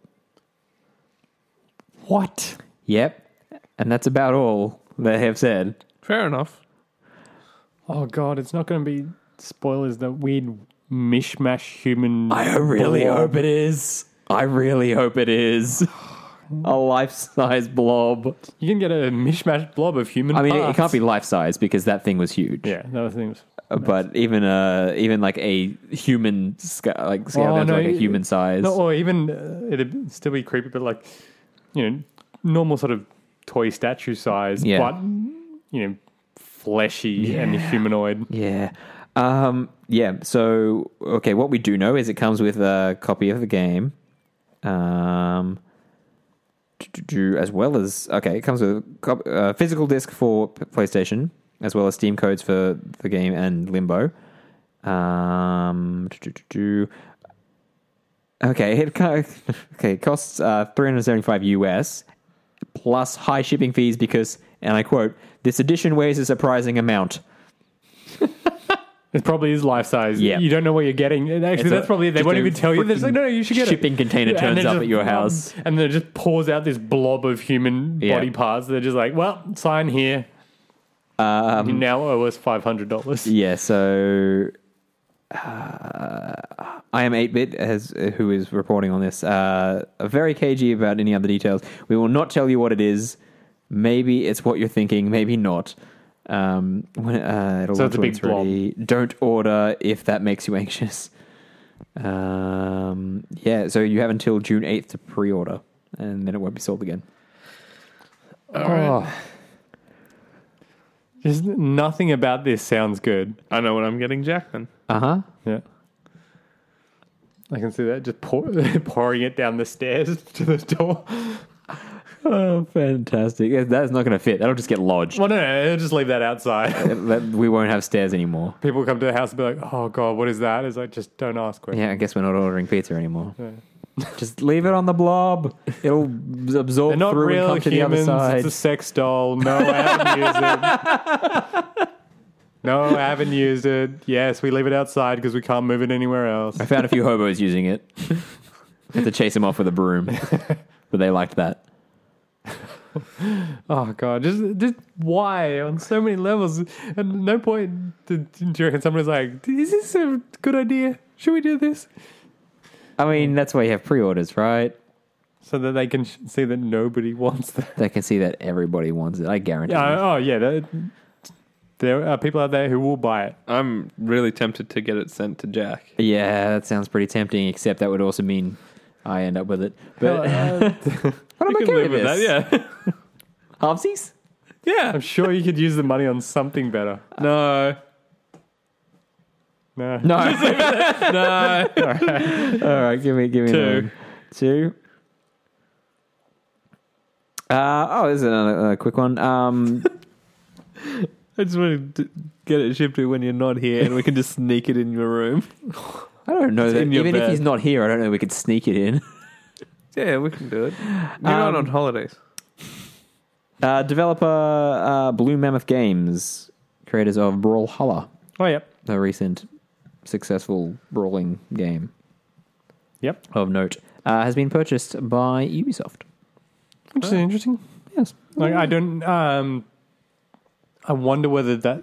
S2: What?
S1: Yep, and that's about all they have said.
S3: Fair enough.
S2: Oh god, it's not going to be spoilers. That weird mishmash human. blob.
S1: it is. I really hope it is a life-size blob.
S2: you can get a mishmash blob of human.
S1: I mean, it, it
S2: parts.
S1: can't be life-size because that thing was huge.
S2: Yeah, that seems.
S1: Uh, but even uh, even like a human sca- like scale
S2: Oh,
S1: down to
S2: no,
S1: like a
S2: it-
S1: human size.
S2: No, or even uh, it'd still be creepy, but like you know, normal sort of toy statue size,
S1: Yeah.
S2: but you know, fleshy and humanoid.
S1: Yeah. Um, yeah. So, okay, what we do know is it comes with a copy of the game. Um, do- do- do, as well as, okay, it comes with a cop- uh, physical disc for P- PlayStation, as well as Steam codes for the game and Limbo. Um, do- do- do- do. Okay, it co- okay, it costs uh, 375 US plus high shipping fees because, and I quote, this edition weighs a surprising amount.
S2: It probably is life size.
S1: Yeah.
S2: You don't know what you're getting. And Actually,
S1: It's
S2: that's
S1: a-
S2: probably it. They
S1: just
S2: won't
S1: a
S2: even tell you. They're just like,
S1: freaking
S2: no, no, you should get
S1: shipping
S2: it.
S1: container
S2: And
S1: turns
S2: then
S1: up
S2: just-
S1: at your house.
S2: And then it just pours out this blob of human
S1: Yeah.
S2: body parts. They're just like, well, sign here.
S1: Um,
S2: You now owe us five hundred dollars.
S1: Yeah, so uh, I am 8-bit as who is reporting on this. Uh, very cagey about any other details. We will not tell you what it is. Maybe it's what you're thinking, maybe not. Um, when, uh, it'll
S2: So
S1: launch
S2: it's a
S1: when
S2: big blob.
S1: ready. Don't order if that makes you anxious. Um, yeah, so you have until June 8th to pre-order and then it won't be sold again.
S2: Oh. Just nothing about this sounds good.
S3: I know what I'm getting, Jack. Then
S1: Uh-huh.
S2: Yeah. I can see that just pour, pouring it down the stairs to the door.
S1: Oh, fantastic. Yeah, That's not going to fit. That'll just get lodged.
S2: Well, no, no, no, just leave that outside.
S1: That- we won't have stairs anymore.
S2: People come to the house and be like, "Oh God, what is that?" It's like, just don't ask questions.
S1: Yeah, I guess we're not ordering pizza anymore. Just leave it on the blob. It'll absorb
S2: They're not
S1: through and
S2: real
S1: come to the other
S2: humans.
S1: side.
S2: It's a sex doll. No, I haven't used it. No, I haven't used it. Yes, we leave it outside because we can't move it anywhere else.
S1: I found a few hobos using it. Had to chase them off with a broom, but they liked that.
S2: Oh god, just just why on so many levels? At no point did, do you reckon somebody's like, "Is this a good idea? Should we do this?"
S1: I mean, that's why you have pre-orders, right?
S2: So that they can sh- see that nobody wants that.
S1: They can see that everybody wants it. I guarantee.
S2: Yeah,
S1: it.
S2: oh yeah, that, there are people out there who will buy it.
S3: I'm really tempted to get it sent to Jack.
S1: yeah, that sounds pretty tempting. Except that would also mean I end up with it. But, but I'm
S3: I
S1: okay
S3: can live
S1: with
S3: with
S1: this.
S3: that. Yeah,
S1: Halfsies?
S3: yeah.
S2: I'm sure you could use the money on something better.
S3: No,
S2: No.
S1: No.
S3: no.
S1: All right, give me give me
S3: Two.
S1: another one. two. Uh, oh, there's another another quick one. Um,
S3: I just want to d- get it shipped to when you're not here, and we can just sneak it in your room.
S1: I don't know that
S3: in your
S1: even if
S3: bed.
S1: he's not here, I don't know we could sneak it in.
S3: Yeah, we can do it. You're
S1: Um,
S3: not on holidays.
S1: Uh, developer uh, Blue Mammoth Games, creators of Brawlhalla,
S2: Oh yep,
S1: a recent successful brawling game
S2: yep.
S1: of note, uh, has been purchased by Ubisoft.
S2: Which is interesting.
S1: Yes,
S2: Like I don't. Um, I wonder whether that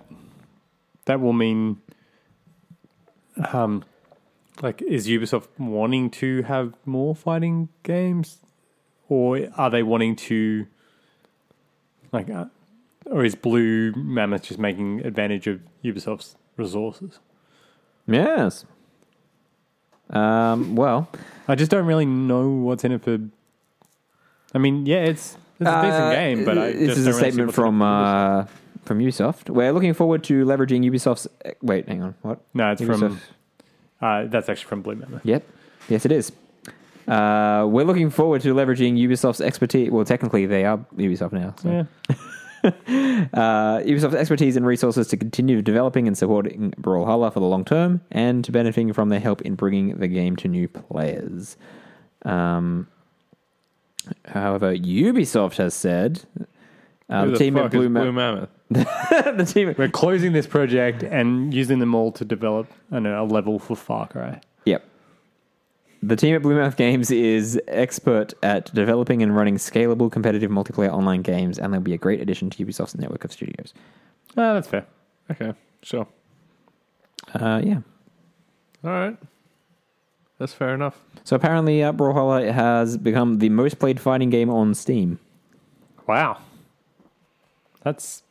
S2: that will mean, um, like, is Ubisoft wanting to have more fighting games, or are they wanting to, like, uh, or is Blue Mammoth just making advantage of Ubisoft's resources?
S1: yes. Um, well,
S2: I just don't really know what's in it for. I mean, yeah, it's it's a decent
S1: Uh,
S2: game, but I
S1: this
S2: just
S1: is
S2: don't
S1: a
S2: really see
S1: statement
S2: what's in it
S1: from
S2: for Ubisoft.
S1: uh, from Ubisoft. We're looking forward to leveraging Ubisoft's. eh, Wait, hang on. What?
S2: no, it's
S1: Ubisoft.
S2: from uh, that's actually from Blue Mammoth.
S1: Yep. Yes, it is. Uh, we're looking forward to leveraging Ubisoft's expertise. Well, technically, they are Ubisoft now. So.
S2: Yeah.
S1: Uh, Ubisoft's expertise and resources to continue developing and supporting Brawlhalla for the long term, and to benefiting from their help in bringing the game to new players. Um, however, Ubisoft has said um,
S3: Who the
S1: team
S3: fuck
S1: at
S3: is
S1: Blue, Ma-
S3: Blue Mammoth.
S1: the team at
S2: We're closing this project and using them all to develop I don't know, a level for Far Cry.
S1: Yep. The team at Blue Mouth Games is expert at developing and running scalable competitive multiplayer online games, and they'll be a great addition to Ubisoft's network of studios.
S2: Ah, that's fair.
S3: Okay, sure.
S1: Uh, yeah.
S3: All right, that's fair enough.
S1: So apparently, uh, Brawlhalla has become the most played fighting game on Steam.
S2: Wow. That's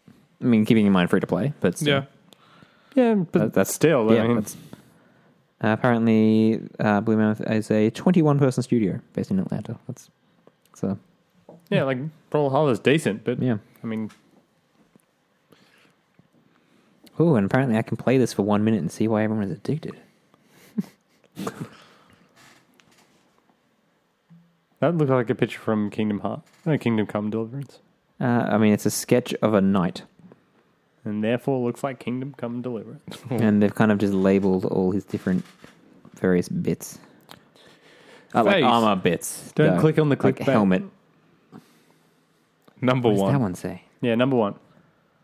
S1: I mean, keeping in mind free to play, but still.
S3: Yeah,
S2: yeah, but
S1: That- that's-
S2: that's still.
S1: Yeah,
S2: I mean,
S1: that's- uh, apparently, uh, Blue Mouth is a 21 person studio based in Atlanta. That's so
S2: yeah, like Brawlhalla's decent, but
S1: yeah.
S2: I mean,
S1: Oh, and apparently, I can play this for one minute and see why everyone is addicted.
S2: that looked like a picture from Kingdom Heart, no, Kingdom Come Deliverance,
S1: Uh, I mean, it's a sketch of a night.
S2: and therefore looks like Kingdom Come Deliverance.
S1: and they've kind of just labeled all his different various bits. Uh, like
S3: Face.
S1: armor bits.
S2: Don't
S1: No,
S2: click on the
S1: like
S2: clickbait.
S1: helmet.
S3: number
S1: What does
S3: one.
S1: that one say?
S2: Yeah, number one.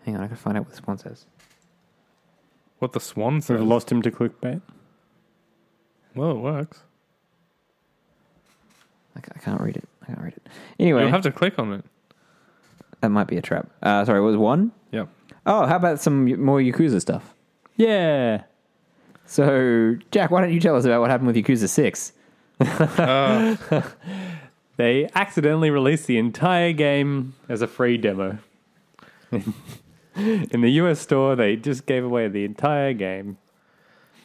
S1: Hang on, I gotta find out what this one says.
S3: What the swan
S2: We've
S3: says.
S2: lost him to clickbait.
S3: well, it works.
S1: I ca- I can't read it. I can't read it. Anyway,
S3: You'll have to click on it.
S1: that might be a trap. Uh, sorry, what was one?
S3: Yep.
S1: Oh, how about some y- more Yakuza stuff?
S2: Yeah.
S1: So, Jack, why don't you tell us about what happened with Yakuza 6?
S3: Uh,
S2: They accidentally released the entire game as a free demo. In the US store, they just gave away the entire game.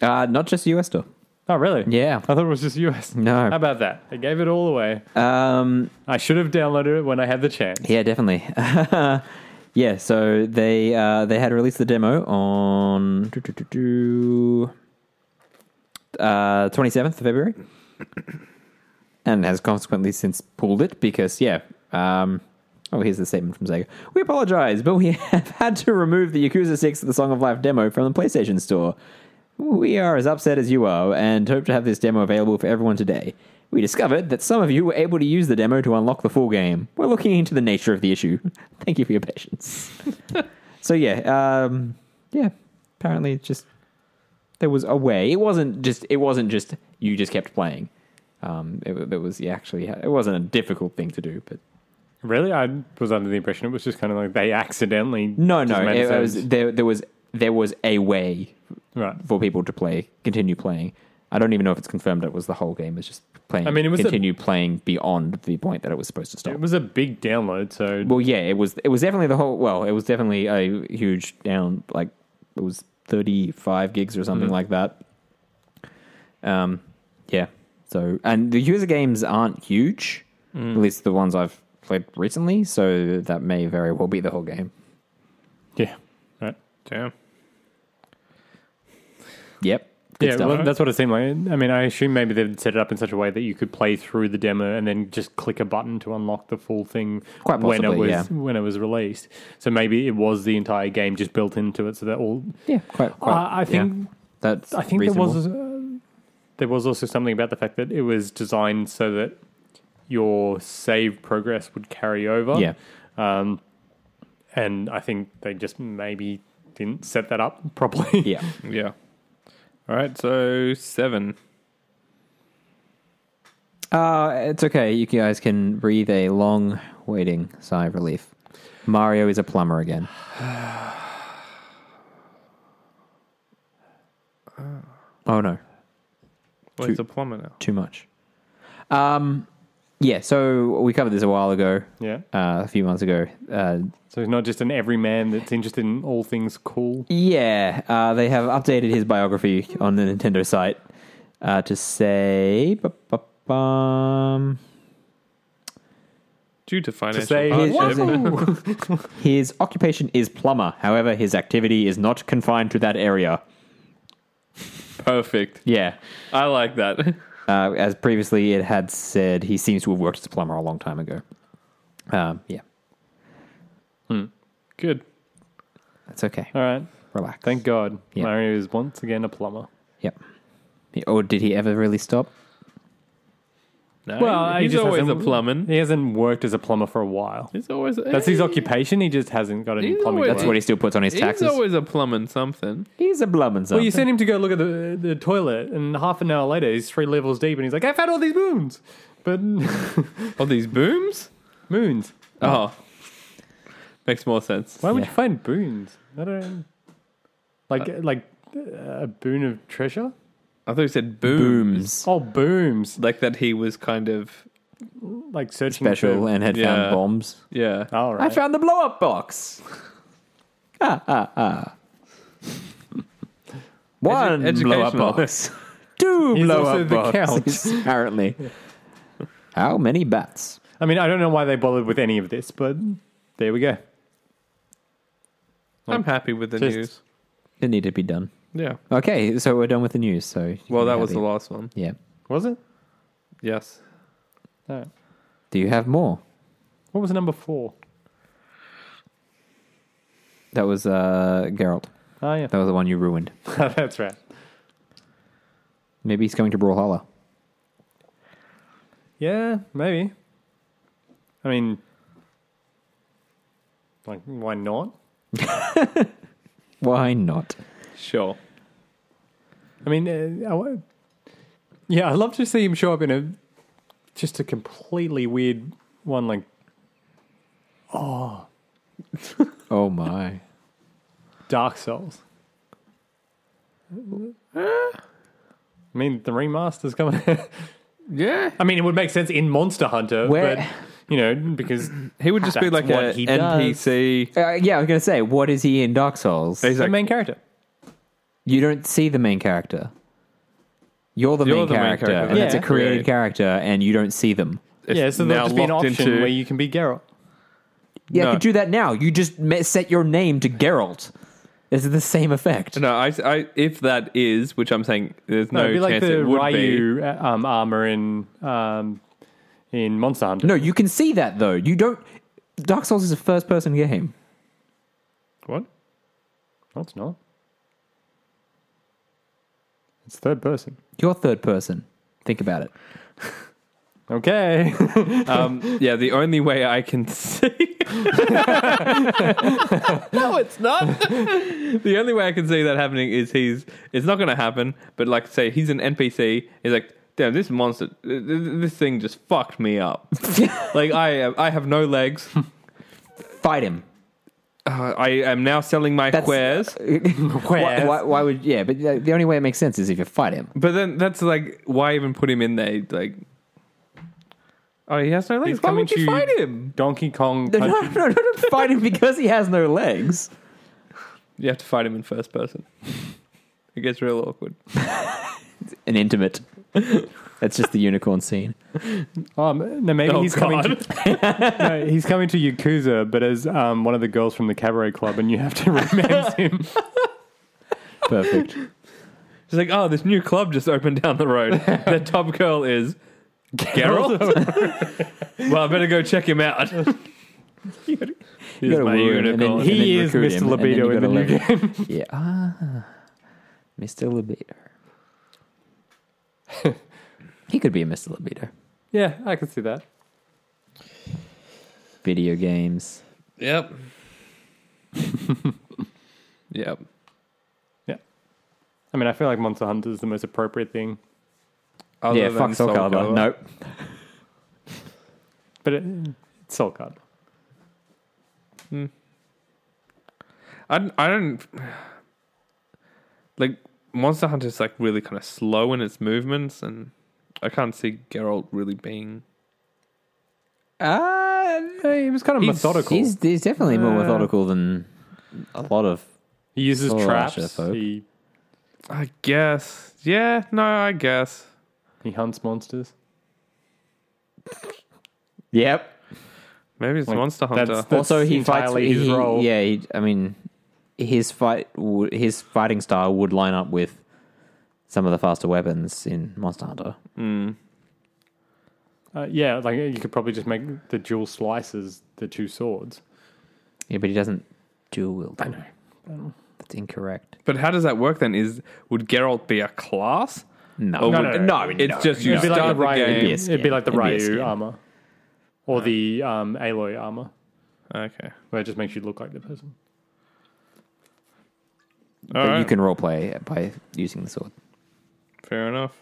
S1: Uh, not just US store.
S2: Oh, really?
S1: Yeah.
S2: I thought it was just US. How
S1: No.
S2: about that? They gave it all away.
S1: Um,
S2: I should have downloaded it when I had the chance.
S1: yeah, definitely. yeah, so they uh, they had released the demo on uh, 27th of February and has consequently since pulled it because, yeah. Um, oh, here's the statement from Sega. We apologize, but we have had to remove the Yakuza 6 The Song of Life demo from the PlayStation Store. We are as upset as you are and hope to have this demo available for everyone today. We discovered that some of you were able to use the demo to unlock the full game. We're looking into the nature of the issue. Thank you for your patience. so yeah, um, yeah. Apparently, it's just there was a way. It wasn't just. It wasn't just you just kept playing. Um, it, wa- it was you actually. It wasn't a difficult thing to do, but
S2: Really? I was under the impression it was just kind of like they accidentally.
S1: no,
S2: just
S1: no.
S2: made
S1: It,
S2: so-
S1: was there. There was there was a way
S2: Right.
S1: for people to play, continue playing. I don't even know if it's confirmed it was the whole game. It's just playing.
S2: I mean, it was a-
S1: continue playing beyond the point that it was supposed to stop.
S2: It was a big download, so
S1: well, yeah, it was. It was definitely the whole. Well, it was definitely a huge down. Like it was thirty-five gigs or something
S2: Mm-hmm.
S1: like that. Um, yeah. So, and the user games aren't huge,
S2: Mm.
S1: at least the ones I've played recently. So that may very well be the whole game.
S2: yeah. Right.
S3: damn.
S1: Yep. Good
S2: yeah,
S1: stuff.
S2: well, that's what it seemed like. I mean, I assume maybe they'd set it up in such a way that you could play through the demo and then just click a button to unlock the full thing
S1: Quite
S2: when it
S1: possibly,
S2: was
S1: yeah.
S2: when it was released. So maybe it was the entire game just built into it, so that all.
S1: yeah. Quite. quite
S2: Uh, I
S1: yeah.
S2: think
S1: that's.
S2: I think
S1: reasonable.
S2: there was uh, there was also something about the fact that it was designed so that your save progress would carry over.
S1: Yeah.
S2: Um, and I think they just maybe didn't set that up properly.
S1: Yeah.
S3: Yeah. All right. So seven.
S1: Uh, it's okay. You guys can breathe a long, waiting sigh of relief. Mario is a plumber again. Oh no,
S3: Well,
S1: Two.
S3: it's a plumber now.
S1: too much. Um, yeah. So we covered this a while ago,
S2: yeah.
S1: uh, a few months ago. Uh,
S2: So he's not just an everyman that's interested in all things cool.
S1: yeah, uh, they have updated his biography on the Nintendo site uh, to say. Ba-ba-bum.
S3: Due to financial
S2: say his-
S3: hardship.
S1: His occupation is plumber. However, his activity is not confined to that area.
S3: Perfect.
S1: Yeah.
S3: I like that.
S1: Uh, as previously it had said, he seems to have worked as a plumber a long time ago. Um, yeah.
S3: Good.
S1: That's okay.
S2: All right.
S1: Relax.
S2: Thank God.
S1: Yeah.
S2: Mario is once again a plumber.
S1: Yep. Or did he ever really stop?
S3: No,
S2: Well, he
S3: he's
S2: just
S3: always a
S2: hasn't-
S3: plumbing.
S2: He hasn't worked as a plumber for a while.
S3: He's always
S2: That's his occupation. He just hasn't got any
S3: He's
S2: plumbing.
S3: always-
S1: That's what he still puts on his
S3: He's
S1: taxes.
S3: always a plumbing something.
S1: He's a blubbing
S2: Well, you
S1: son.
S2: sent him to go look at the the toilet, and half an hour later, he's three levels deep, and he's like, "I found all these moons." But
S3: Oh, these booms?
S2: moons?
S3: Oh. Makes more sense.
S2: Why would
S1: Yeah.
S2: you find boons? I don't like like uh, a boon of treasure.
S3: I thought he said booms.
S1: Booms.
S2: Oh, booms!
S3: Like that he was kind of.
S2: Like searching
S1: Special
S2: For,
S1: and had
S3: Yeah.
S1: found bombs.
S3: Yeah.
S2: all
S1: I
S2: right.
S1: found the blow up box. ah, ah, ah. One blow up
S3: educational.
S1: box. Two
S2: He's
S1: blow
S2: also
S1: up
S2: the
S1: boxes. Apparently. How many bats?
S2: I mean, I don't know why they bothered with any of this, but there we go.
S3: I'm happy with the
S2: Just-
S3: news.
S1: It needed to be done.
S3: Yeah.
S1: Okay, so we're done with the news. So you
S3: Well,
S1: can
S3: that
S1: be
S3: was the
S1: happy.
S3: last one.
S1: Yeah.
S2: Was it?
S3: Yes.
S2: No.
S1: Do you have more?
S2: What was number four?
S1: That was uh Geralt.
S2: Oh yeah,
S1: That was the one you ruined.
S2: that's right.
S1: Maybe he's going to Brawlhalla.
S2: Yeah, maybe. I mean, like, why not?
S1: Why not?
S3: Sure.
S2: I mean, uh, I wa- yeah, I'd love to see him show up in a just a completely weird one. Like,
S1: Oh my.
S2: Dark Souls. I Uh, mean, the remaster's coming.
S3: Yeah.
S2: I mean, it would make sense in Monster Hunter,
S1: Where-
S2: but you know, because
S3: He would just be
S2: That's
S3: like
S2: what
S3: an
S2: he
S3: NPC.
S1: Uh, yeah, I was gonna say, what is he in Dark Souls?
S2: the main character.
S1: You don't see the main character. You're the,
S3: You're
S1: main,
S3: the main
S1: character,
S3: character.
S1: and it's a
S2: Yeah.
S1: created
S3: Right.
S1: character, and you don't see them.
S3: It's
S2: yeah, so there'll
S3: now
S2: just be an
S3: locked
S2: option
S3: into-
S2: where you can be Geralt.
S1: Yeah,
S3: No.
S1: I could do that now. You just me- set your name to Geralt. It's the same effect.
S3: No, I, I, if that is, which I'm saying, there's
S2: No,
S3: no,
S2: it'd be like
S3: chance
S2: the
S3: it would be.
S2: Ryu uh, um, armor in um, in Monster Hunter.
S1: No, you can see that though. You don't. Dark Souls is a first-person game.
S3: What?
S2: No, it's not. It's third person.
S1: You're third person. Think about it.
S2: Okay.
S3: Um, yeah, the only way I can see. no, it's not. the only way I can see that happening is he's. It's not going to happen. But like, say he's an NPC. He's like, damn, this monster, th- th- this thing just fucked me up. like, I, I have no legs. Uh,
S1: Fight him.
S3: I am now selling my
S1: That's-
S3: wares.
S1: Why, why, why would yeah? But the the only way it makes sense is if you fight him.
S3: But then that's like, why even put him in there? Like, oh, he has no legs. why
S2: coming
S3: would you
S2: to you-
S3: fight him?
S2: Donkey Kong.
S1: No, no,
S2: Country-
S1: no, no, no, fight him because he has no legs.
S3: You have to fight him in first person. It gets real awkward.
S1: An intimate. That's just the unicorn scene.
S2: Um, no, maybe
S3: Oh,
S2: he's coming. To, no, he's coming to Yakuza, but as um, one of the girls from the cabaret club, and you have to romance him.
S1: Perfect.
S3: It's like, oh, this new club just opened down the road. Their top girl is Geralt. well, I better go check him out.
S1: You gotta
S3: my
S1: woo him, and then-
S3: unicorn.
S1: and then
S2: He is
S1: recruit
S2: Mr.
S1: him, and then
S2: Libido
S1: you
S2: in the
S1: gotta
S2: new
S1: let him- Yeah. Ah, Mr. Libido. he could be a Mr. Libido.
S2: yeah, I can see that.
S1: Video games.
S3: Yep. yep.
S2: I mean, I feel like Monster Hunter is the most appropriate thing,
S3: Other
S1: yeah,
S3: than
S1: fuck Soul Calibur.
S3: Calibur.
S1: Nope.
S2: but it, it's Soul Card.
S3: I don't, I don't like Monster Hunter's like really kind of slow in its movements, and I can't see Geralt really being.
S2: Hey, he was kind of
S3: He's-
S2: methodical.
S1: Ah, He's, he's definitely more
S3: Uh,
S1: methodical than a lot of.
S2: he uses
S1: Soul
S2: traps.
S1: Asher folk.
S2: He
S3: I guess. Yeah. No. I guess.
S2: he hunts monsters.
S1: Yep.
S3: Maybe it's
S2: Like,
S3: Monster
S2: that's-
S3: Hunter.
S2: that's
S1: also, he fights.
S2: entirely his
S1: he-
S2: role.
S1: Yeah, he, I mean, his fight, would- his fighting style would line up with some of the faster weapons in Monster Hunter.
S2: Uh, yeah, like you could probably just make the dual slices the two swords.
S1: Yeah, but he doesn't dual wield. I know. Mm. That's incorrect.
S3: But how does that work then? Is would Geralt be a class?
S1: No.
S3: Or
S2: No,
S3: would-
S2: no, no,
S3: it's just you
S2: It'd be
S3: start
S2: like the
S3: the
S2: Ryu.
S3: game.
S1: Yes.
S2: It'd be like the
S1: It'd be a
S2: Ryu
S1: skin.
S2: armor, or the um, Aloy armor,
S3: Okay.
S2: where it just makes you look like the person.
S3: All
S1: but
S3: right.
S1: you can roleplay by using the sword.
S3: Fair enough.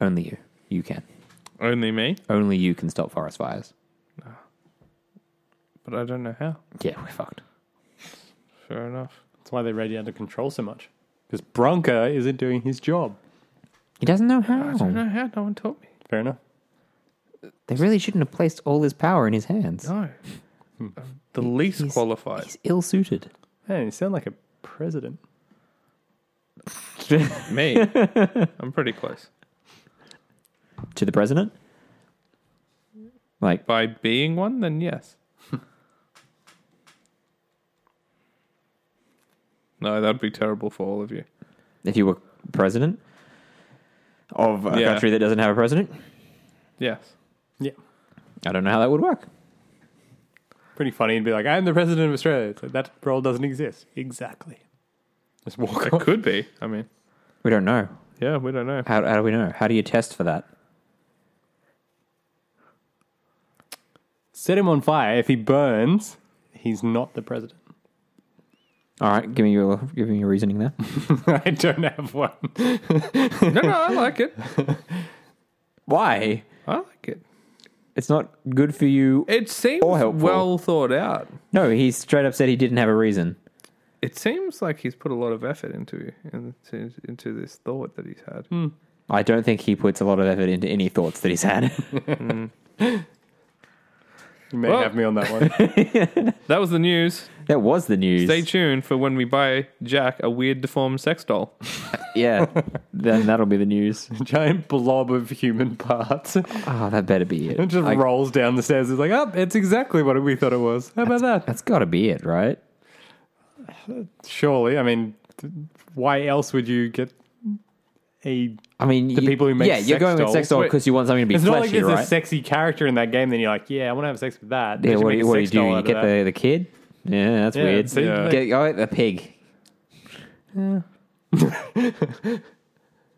S1: Only you. You can.
S3: Only me,
S1: Only you can stop forest fires.
S3: but I don't know how.
S1: Yeah, we're fucked.
S3: Fair enough.
S2: That's why they radiate under control so much, because Bronca isn't doing his job.
S1: He doesn't know
S3: I don't
S1: how.
S3: know how. No one taught me.
S2: Fair enough.
S1: They really shouldn't have placed all his power in his hands.
S3: No. The least
S1: He's-
S3: qualified.
S1: He's ill suited.
S2: Man, you sound like a president.
S3: Me. I'm pretty close.
S1: To the president? Like,
S3: By being one, then yes. no, that'd be terrible for all of you.
S1: if you were president of a
S3: Yeah.
S1: country that doesn't have a president?
S3: Yes.
S2: Yeah,
S1: I don't know how that would work.
S2: pretty funny. And be like, I'm the president of Australia. It's like, that role doesn't exist. Exactly. Just walk.
S3: It could be. I mean,
S1: We don't know.
S3: yeah, we don't know.
S1: How, how do we know? How do you test for that?
S2: Set him on fire. If he burns, he's not the president.
S1: All right, give me your give me your reasoning there.
S2: I don't have one.
S3: no, no, I like it.
S2: Um,
S1: Why?
S3: I like it.
S1: It's not good for you.
S3: It seems
S1: Or helpful.
S3: well thought out.
S1: No, he straight up said he didn't have a reason.
S3: It seems like he's put a lot of effort into into, into this thought that he's had.
S1: I don't think he puts a lot of effort into any thoughts that he's had.
S2: You may
S3: Well-
S2: have me on that one.
S3: That was the news.
S1: that was the news.
S3: Stay tuned for when we buy Jack a weird deformed sex doll.
S1: yeah, then that'll be the news.
S2: Giant blob of human parts. It
S1: Ah, that better be it.
S2: just
S1: I-
S2: rolls down the stairs. It's like, oh, it's exactly what we thought it was. How about that?
S1: that's got to be it, right?
S2: Surely. I mean, th- why else would you get a.
S1: I mean, the
S2: people who make
S1: yeah, you're
S2: sex
S1: going with
S2: dolls.
S1: sex doll
S3: Wait.
S1: because you want something to be
S2: It's not like
S1: fleshy,
S2: there's
S1: right?
S2: a sexy character in that game, then you're like, yeah, I want to have sex with that.
S1: yeah,
S2: They should
S1: what,
S2: make a
S1: what do you
S2: sex
S1: do?
S2: doll
S1: You
S2: out
S1: get
S2: of that.
S1: the, the kid? Yeah, that's
S2: Yeah,
S1: weird.
S2: see,
S3: Yeah.
S2: like-
S1: Get oh, the pig.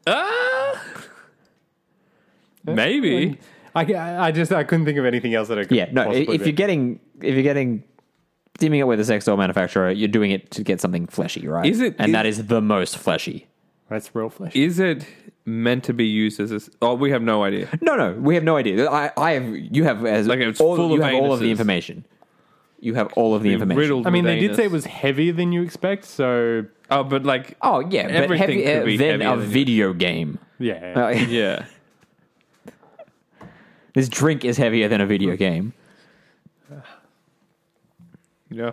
S3: Ah! Maybe.
S2: I, I I just I couldn't think of anything else that I could.
S1: Yeah, no. i-
S2: possibly
S1: If
S2: do.
S1: you're getting if you're getting teaming up with a sex doll manufacturer, you're doing it to get something fleshy, right?
S3: Is it-
S1: And
S3: is-
S1: that is the most fleshy.
S2: that's real flesh.
S3: Is it meant to be used as a. s- Oh, we have no idea.
S1: No, no, we have no idea. I, I have you have as
S3: Like, it's
S1: all,
S3: full
S1: you
S3: of
S1: have all of the
S3: anuses.
S1: information. You have all of the
S3: Riddled
S1: information.
S2: I mean,
S3: with
S2: they did say it
S3: anus.
S2: was heavier than you expect, so
S3: Oh, but like.
S1: Oh yeah, but
S3: Everything
S1: heavier
S3: could be
S1: than
S3: heavier
S1: a
S3: than-
S1: video game.
S2: yeah.
S1: Like,
S3: Yeah.
S1: this drink is heavier than a video
S3: Mm-hmm.
S1: game.
S3: Yeah.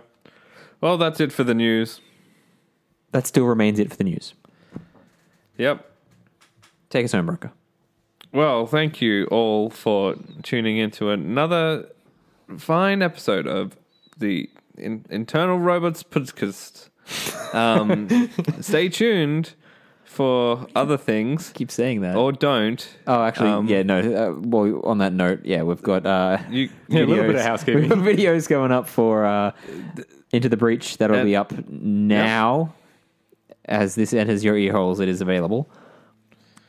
S3: Well, that's it for the news.
S1: That still remains it for the news.
S3: Yep.
S1: Take us home, Broker.
S3: Well, thank you all for tuning into another fine episode of the in- Internal Robots Podcast. Um, stay tuned for other things,
S1: Keep saying that.
S3: or don't.
S1: oh, actually,
S3: Um,
S1: yeah, no. Uh, well, on that note, yeah, we've got uh,
S3: You,
S2: Yeah, a little bit of housekeeping.
S1: We've got videos going up for uh, Into the Breach. That'll
S3: Uh,
S1: be up now. As this enters your ear holes, it is available.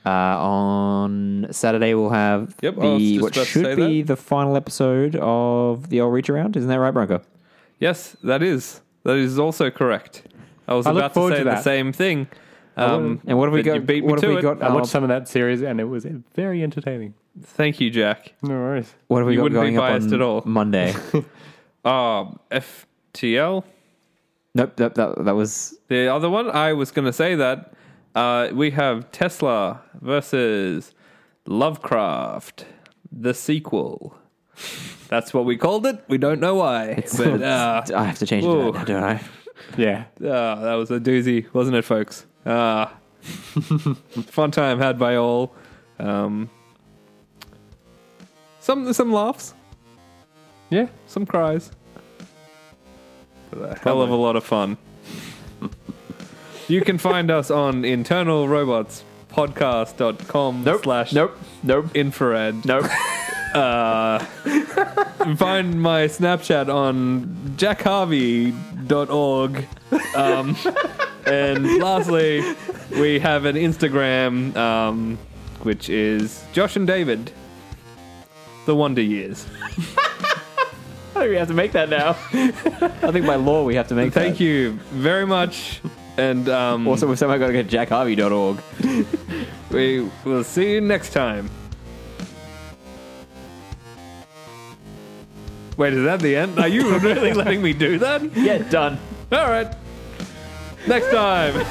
S1: Uh, on Saturday, we'll have
S3: Yep, I was
S1: the,
S3: just
S1: what
S3: about to say
S1: should be the final episode of the old reach around. Isn't that right, Bronco?
S3: yes, that is that is also correct. I was
S2: I look
S3: about to
S2: forward
S3: say
S2: to
S3: the
S2: that.
S3: same thing. Um,
S1: And what have we
S3: but
S1: got?
S3: You beat me
S1: what
S3: to
S1: have we
S3: it.
S1: got?
S2: I
S1: uh,
S2: watched some of that series and it was very entertaining.
S3: Thank you, Jack.
S2: No worries.
S1: what have we
S3: you
S1: got
S3: wouldn't be
S1: going up
S3: biased
S1: on
S3: at all.
S1: Monday?
S3: Um, FTL.
S1: nope, that, that, that was
S3: The other one, I was going to say that uh, we have Tesla versus Lovecraft, the sequel. That's what we called it. We don't know why. But, uh,
S1: I have to change it
S3: whoa.
S1: to that, now, don't I?
S2: Yeah.
S3: uh, that was a doozy, wasn't it, folks? Uh, fun time had by all. Um, some some laughs,
S2: Yeah.
S3: some cries. But a hell of a lot of fun. you can find us on internal robots podcast.com slash
S1: Nope, nope,
S3: infrared Uh,
S1: nope.
S3: find my snapchat on jackharvey.org um, and lastly we have an instagram um, which is josh and david the wonder years
S1: I think we have to make that now. I think by law we have to make that.
S3: thank you very much and um,
S1: Also, we've somehow got to get jackharvey.org.
S3: we will see you next time wait is that the end are you really letting me do that
S1: Yeah, done.
S3: all right next time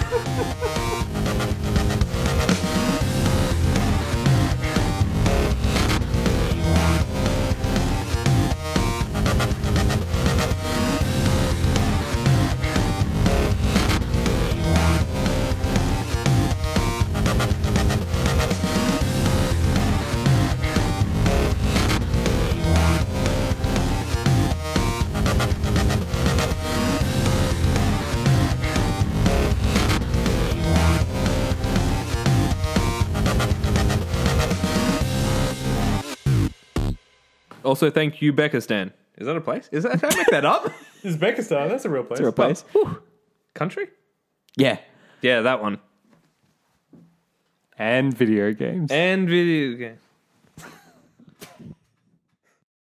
S3: Also, thank you, Uzbekistan. Is that a place? Is that? Did I make that up?
S2: Uzbekistan, that's a real place.
S1: Is there a place?
S3: Country?
S1: Yeah.
S3: Yeah, that one.
S2: And video games.
S3: And video game.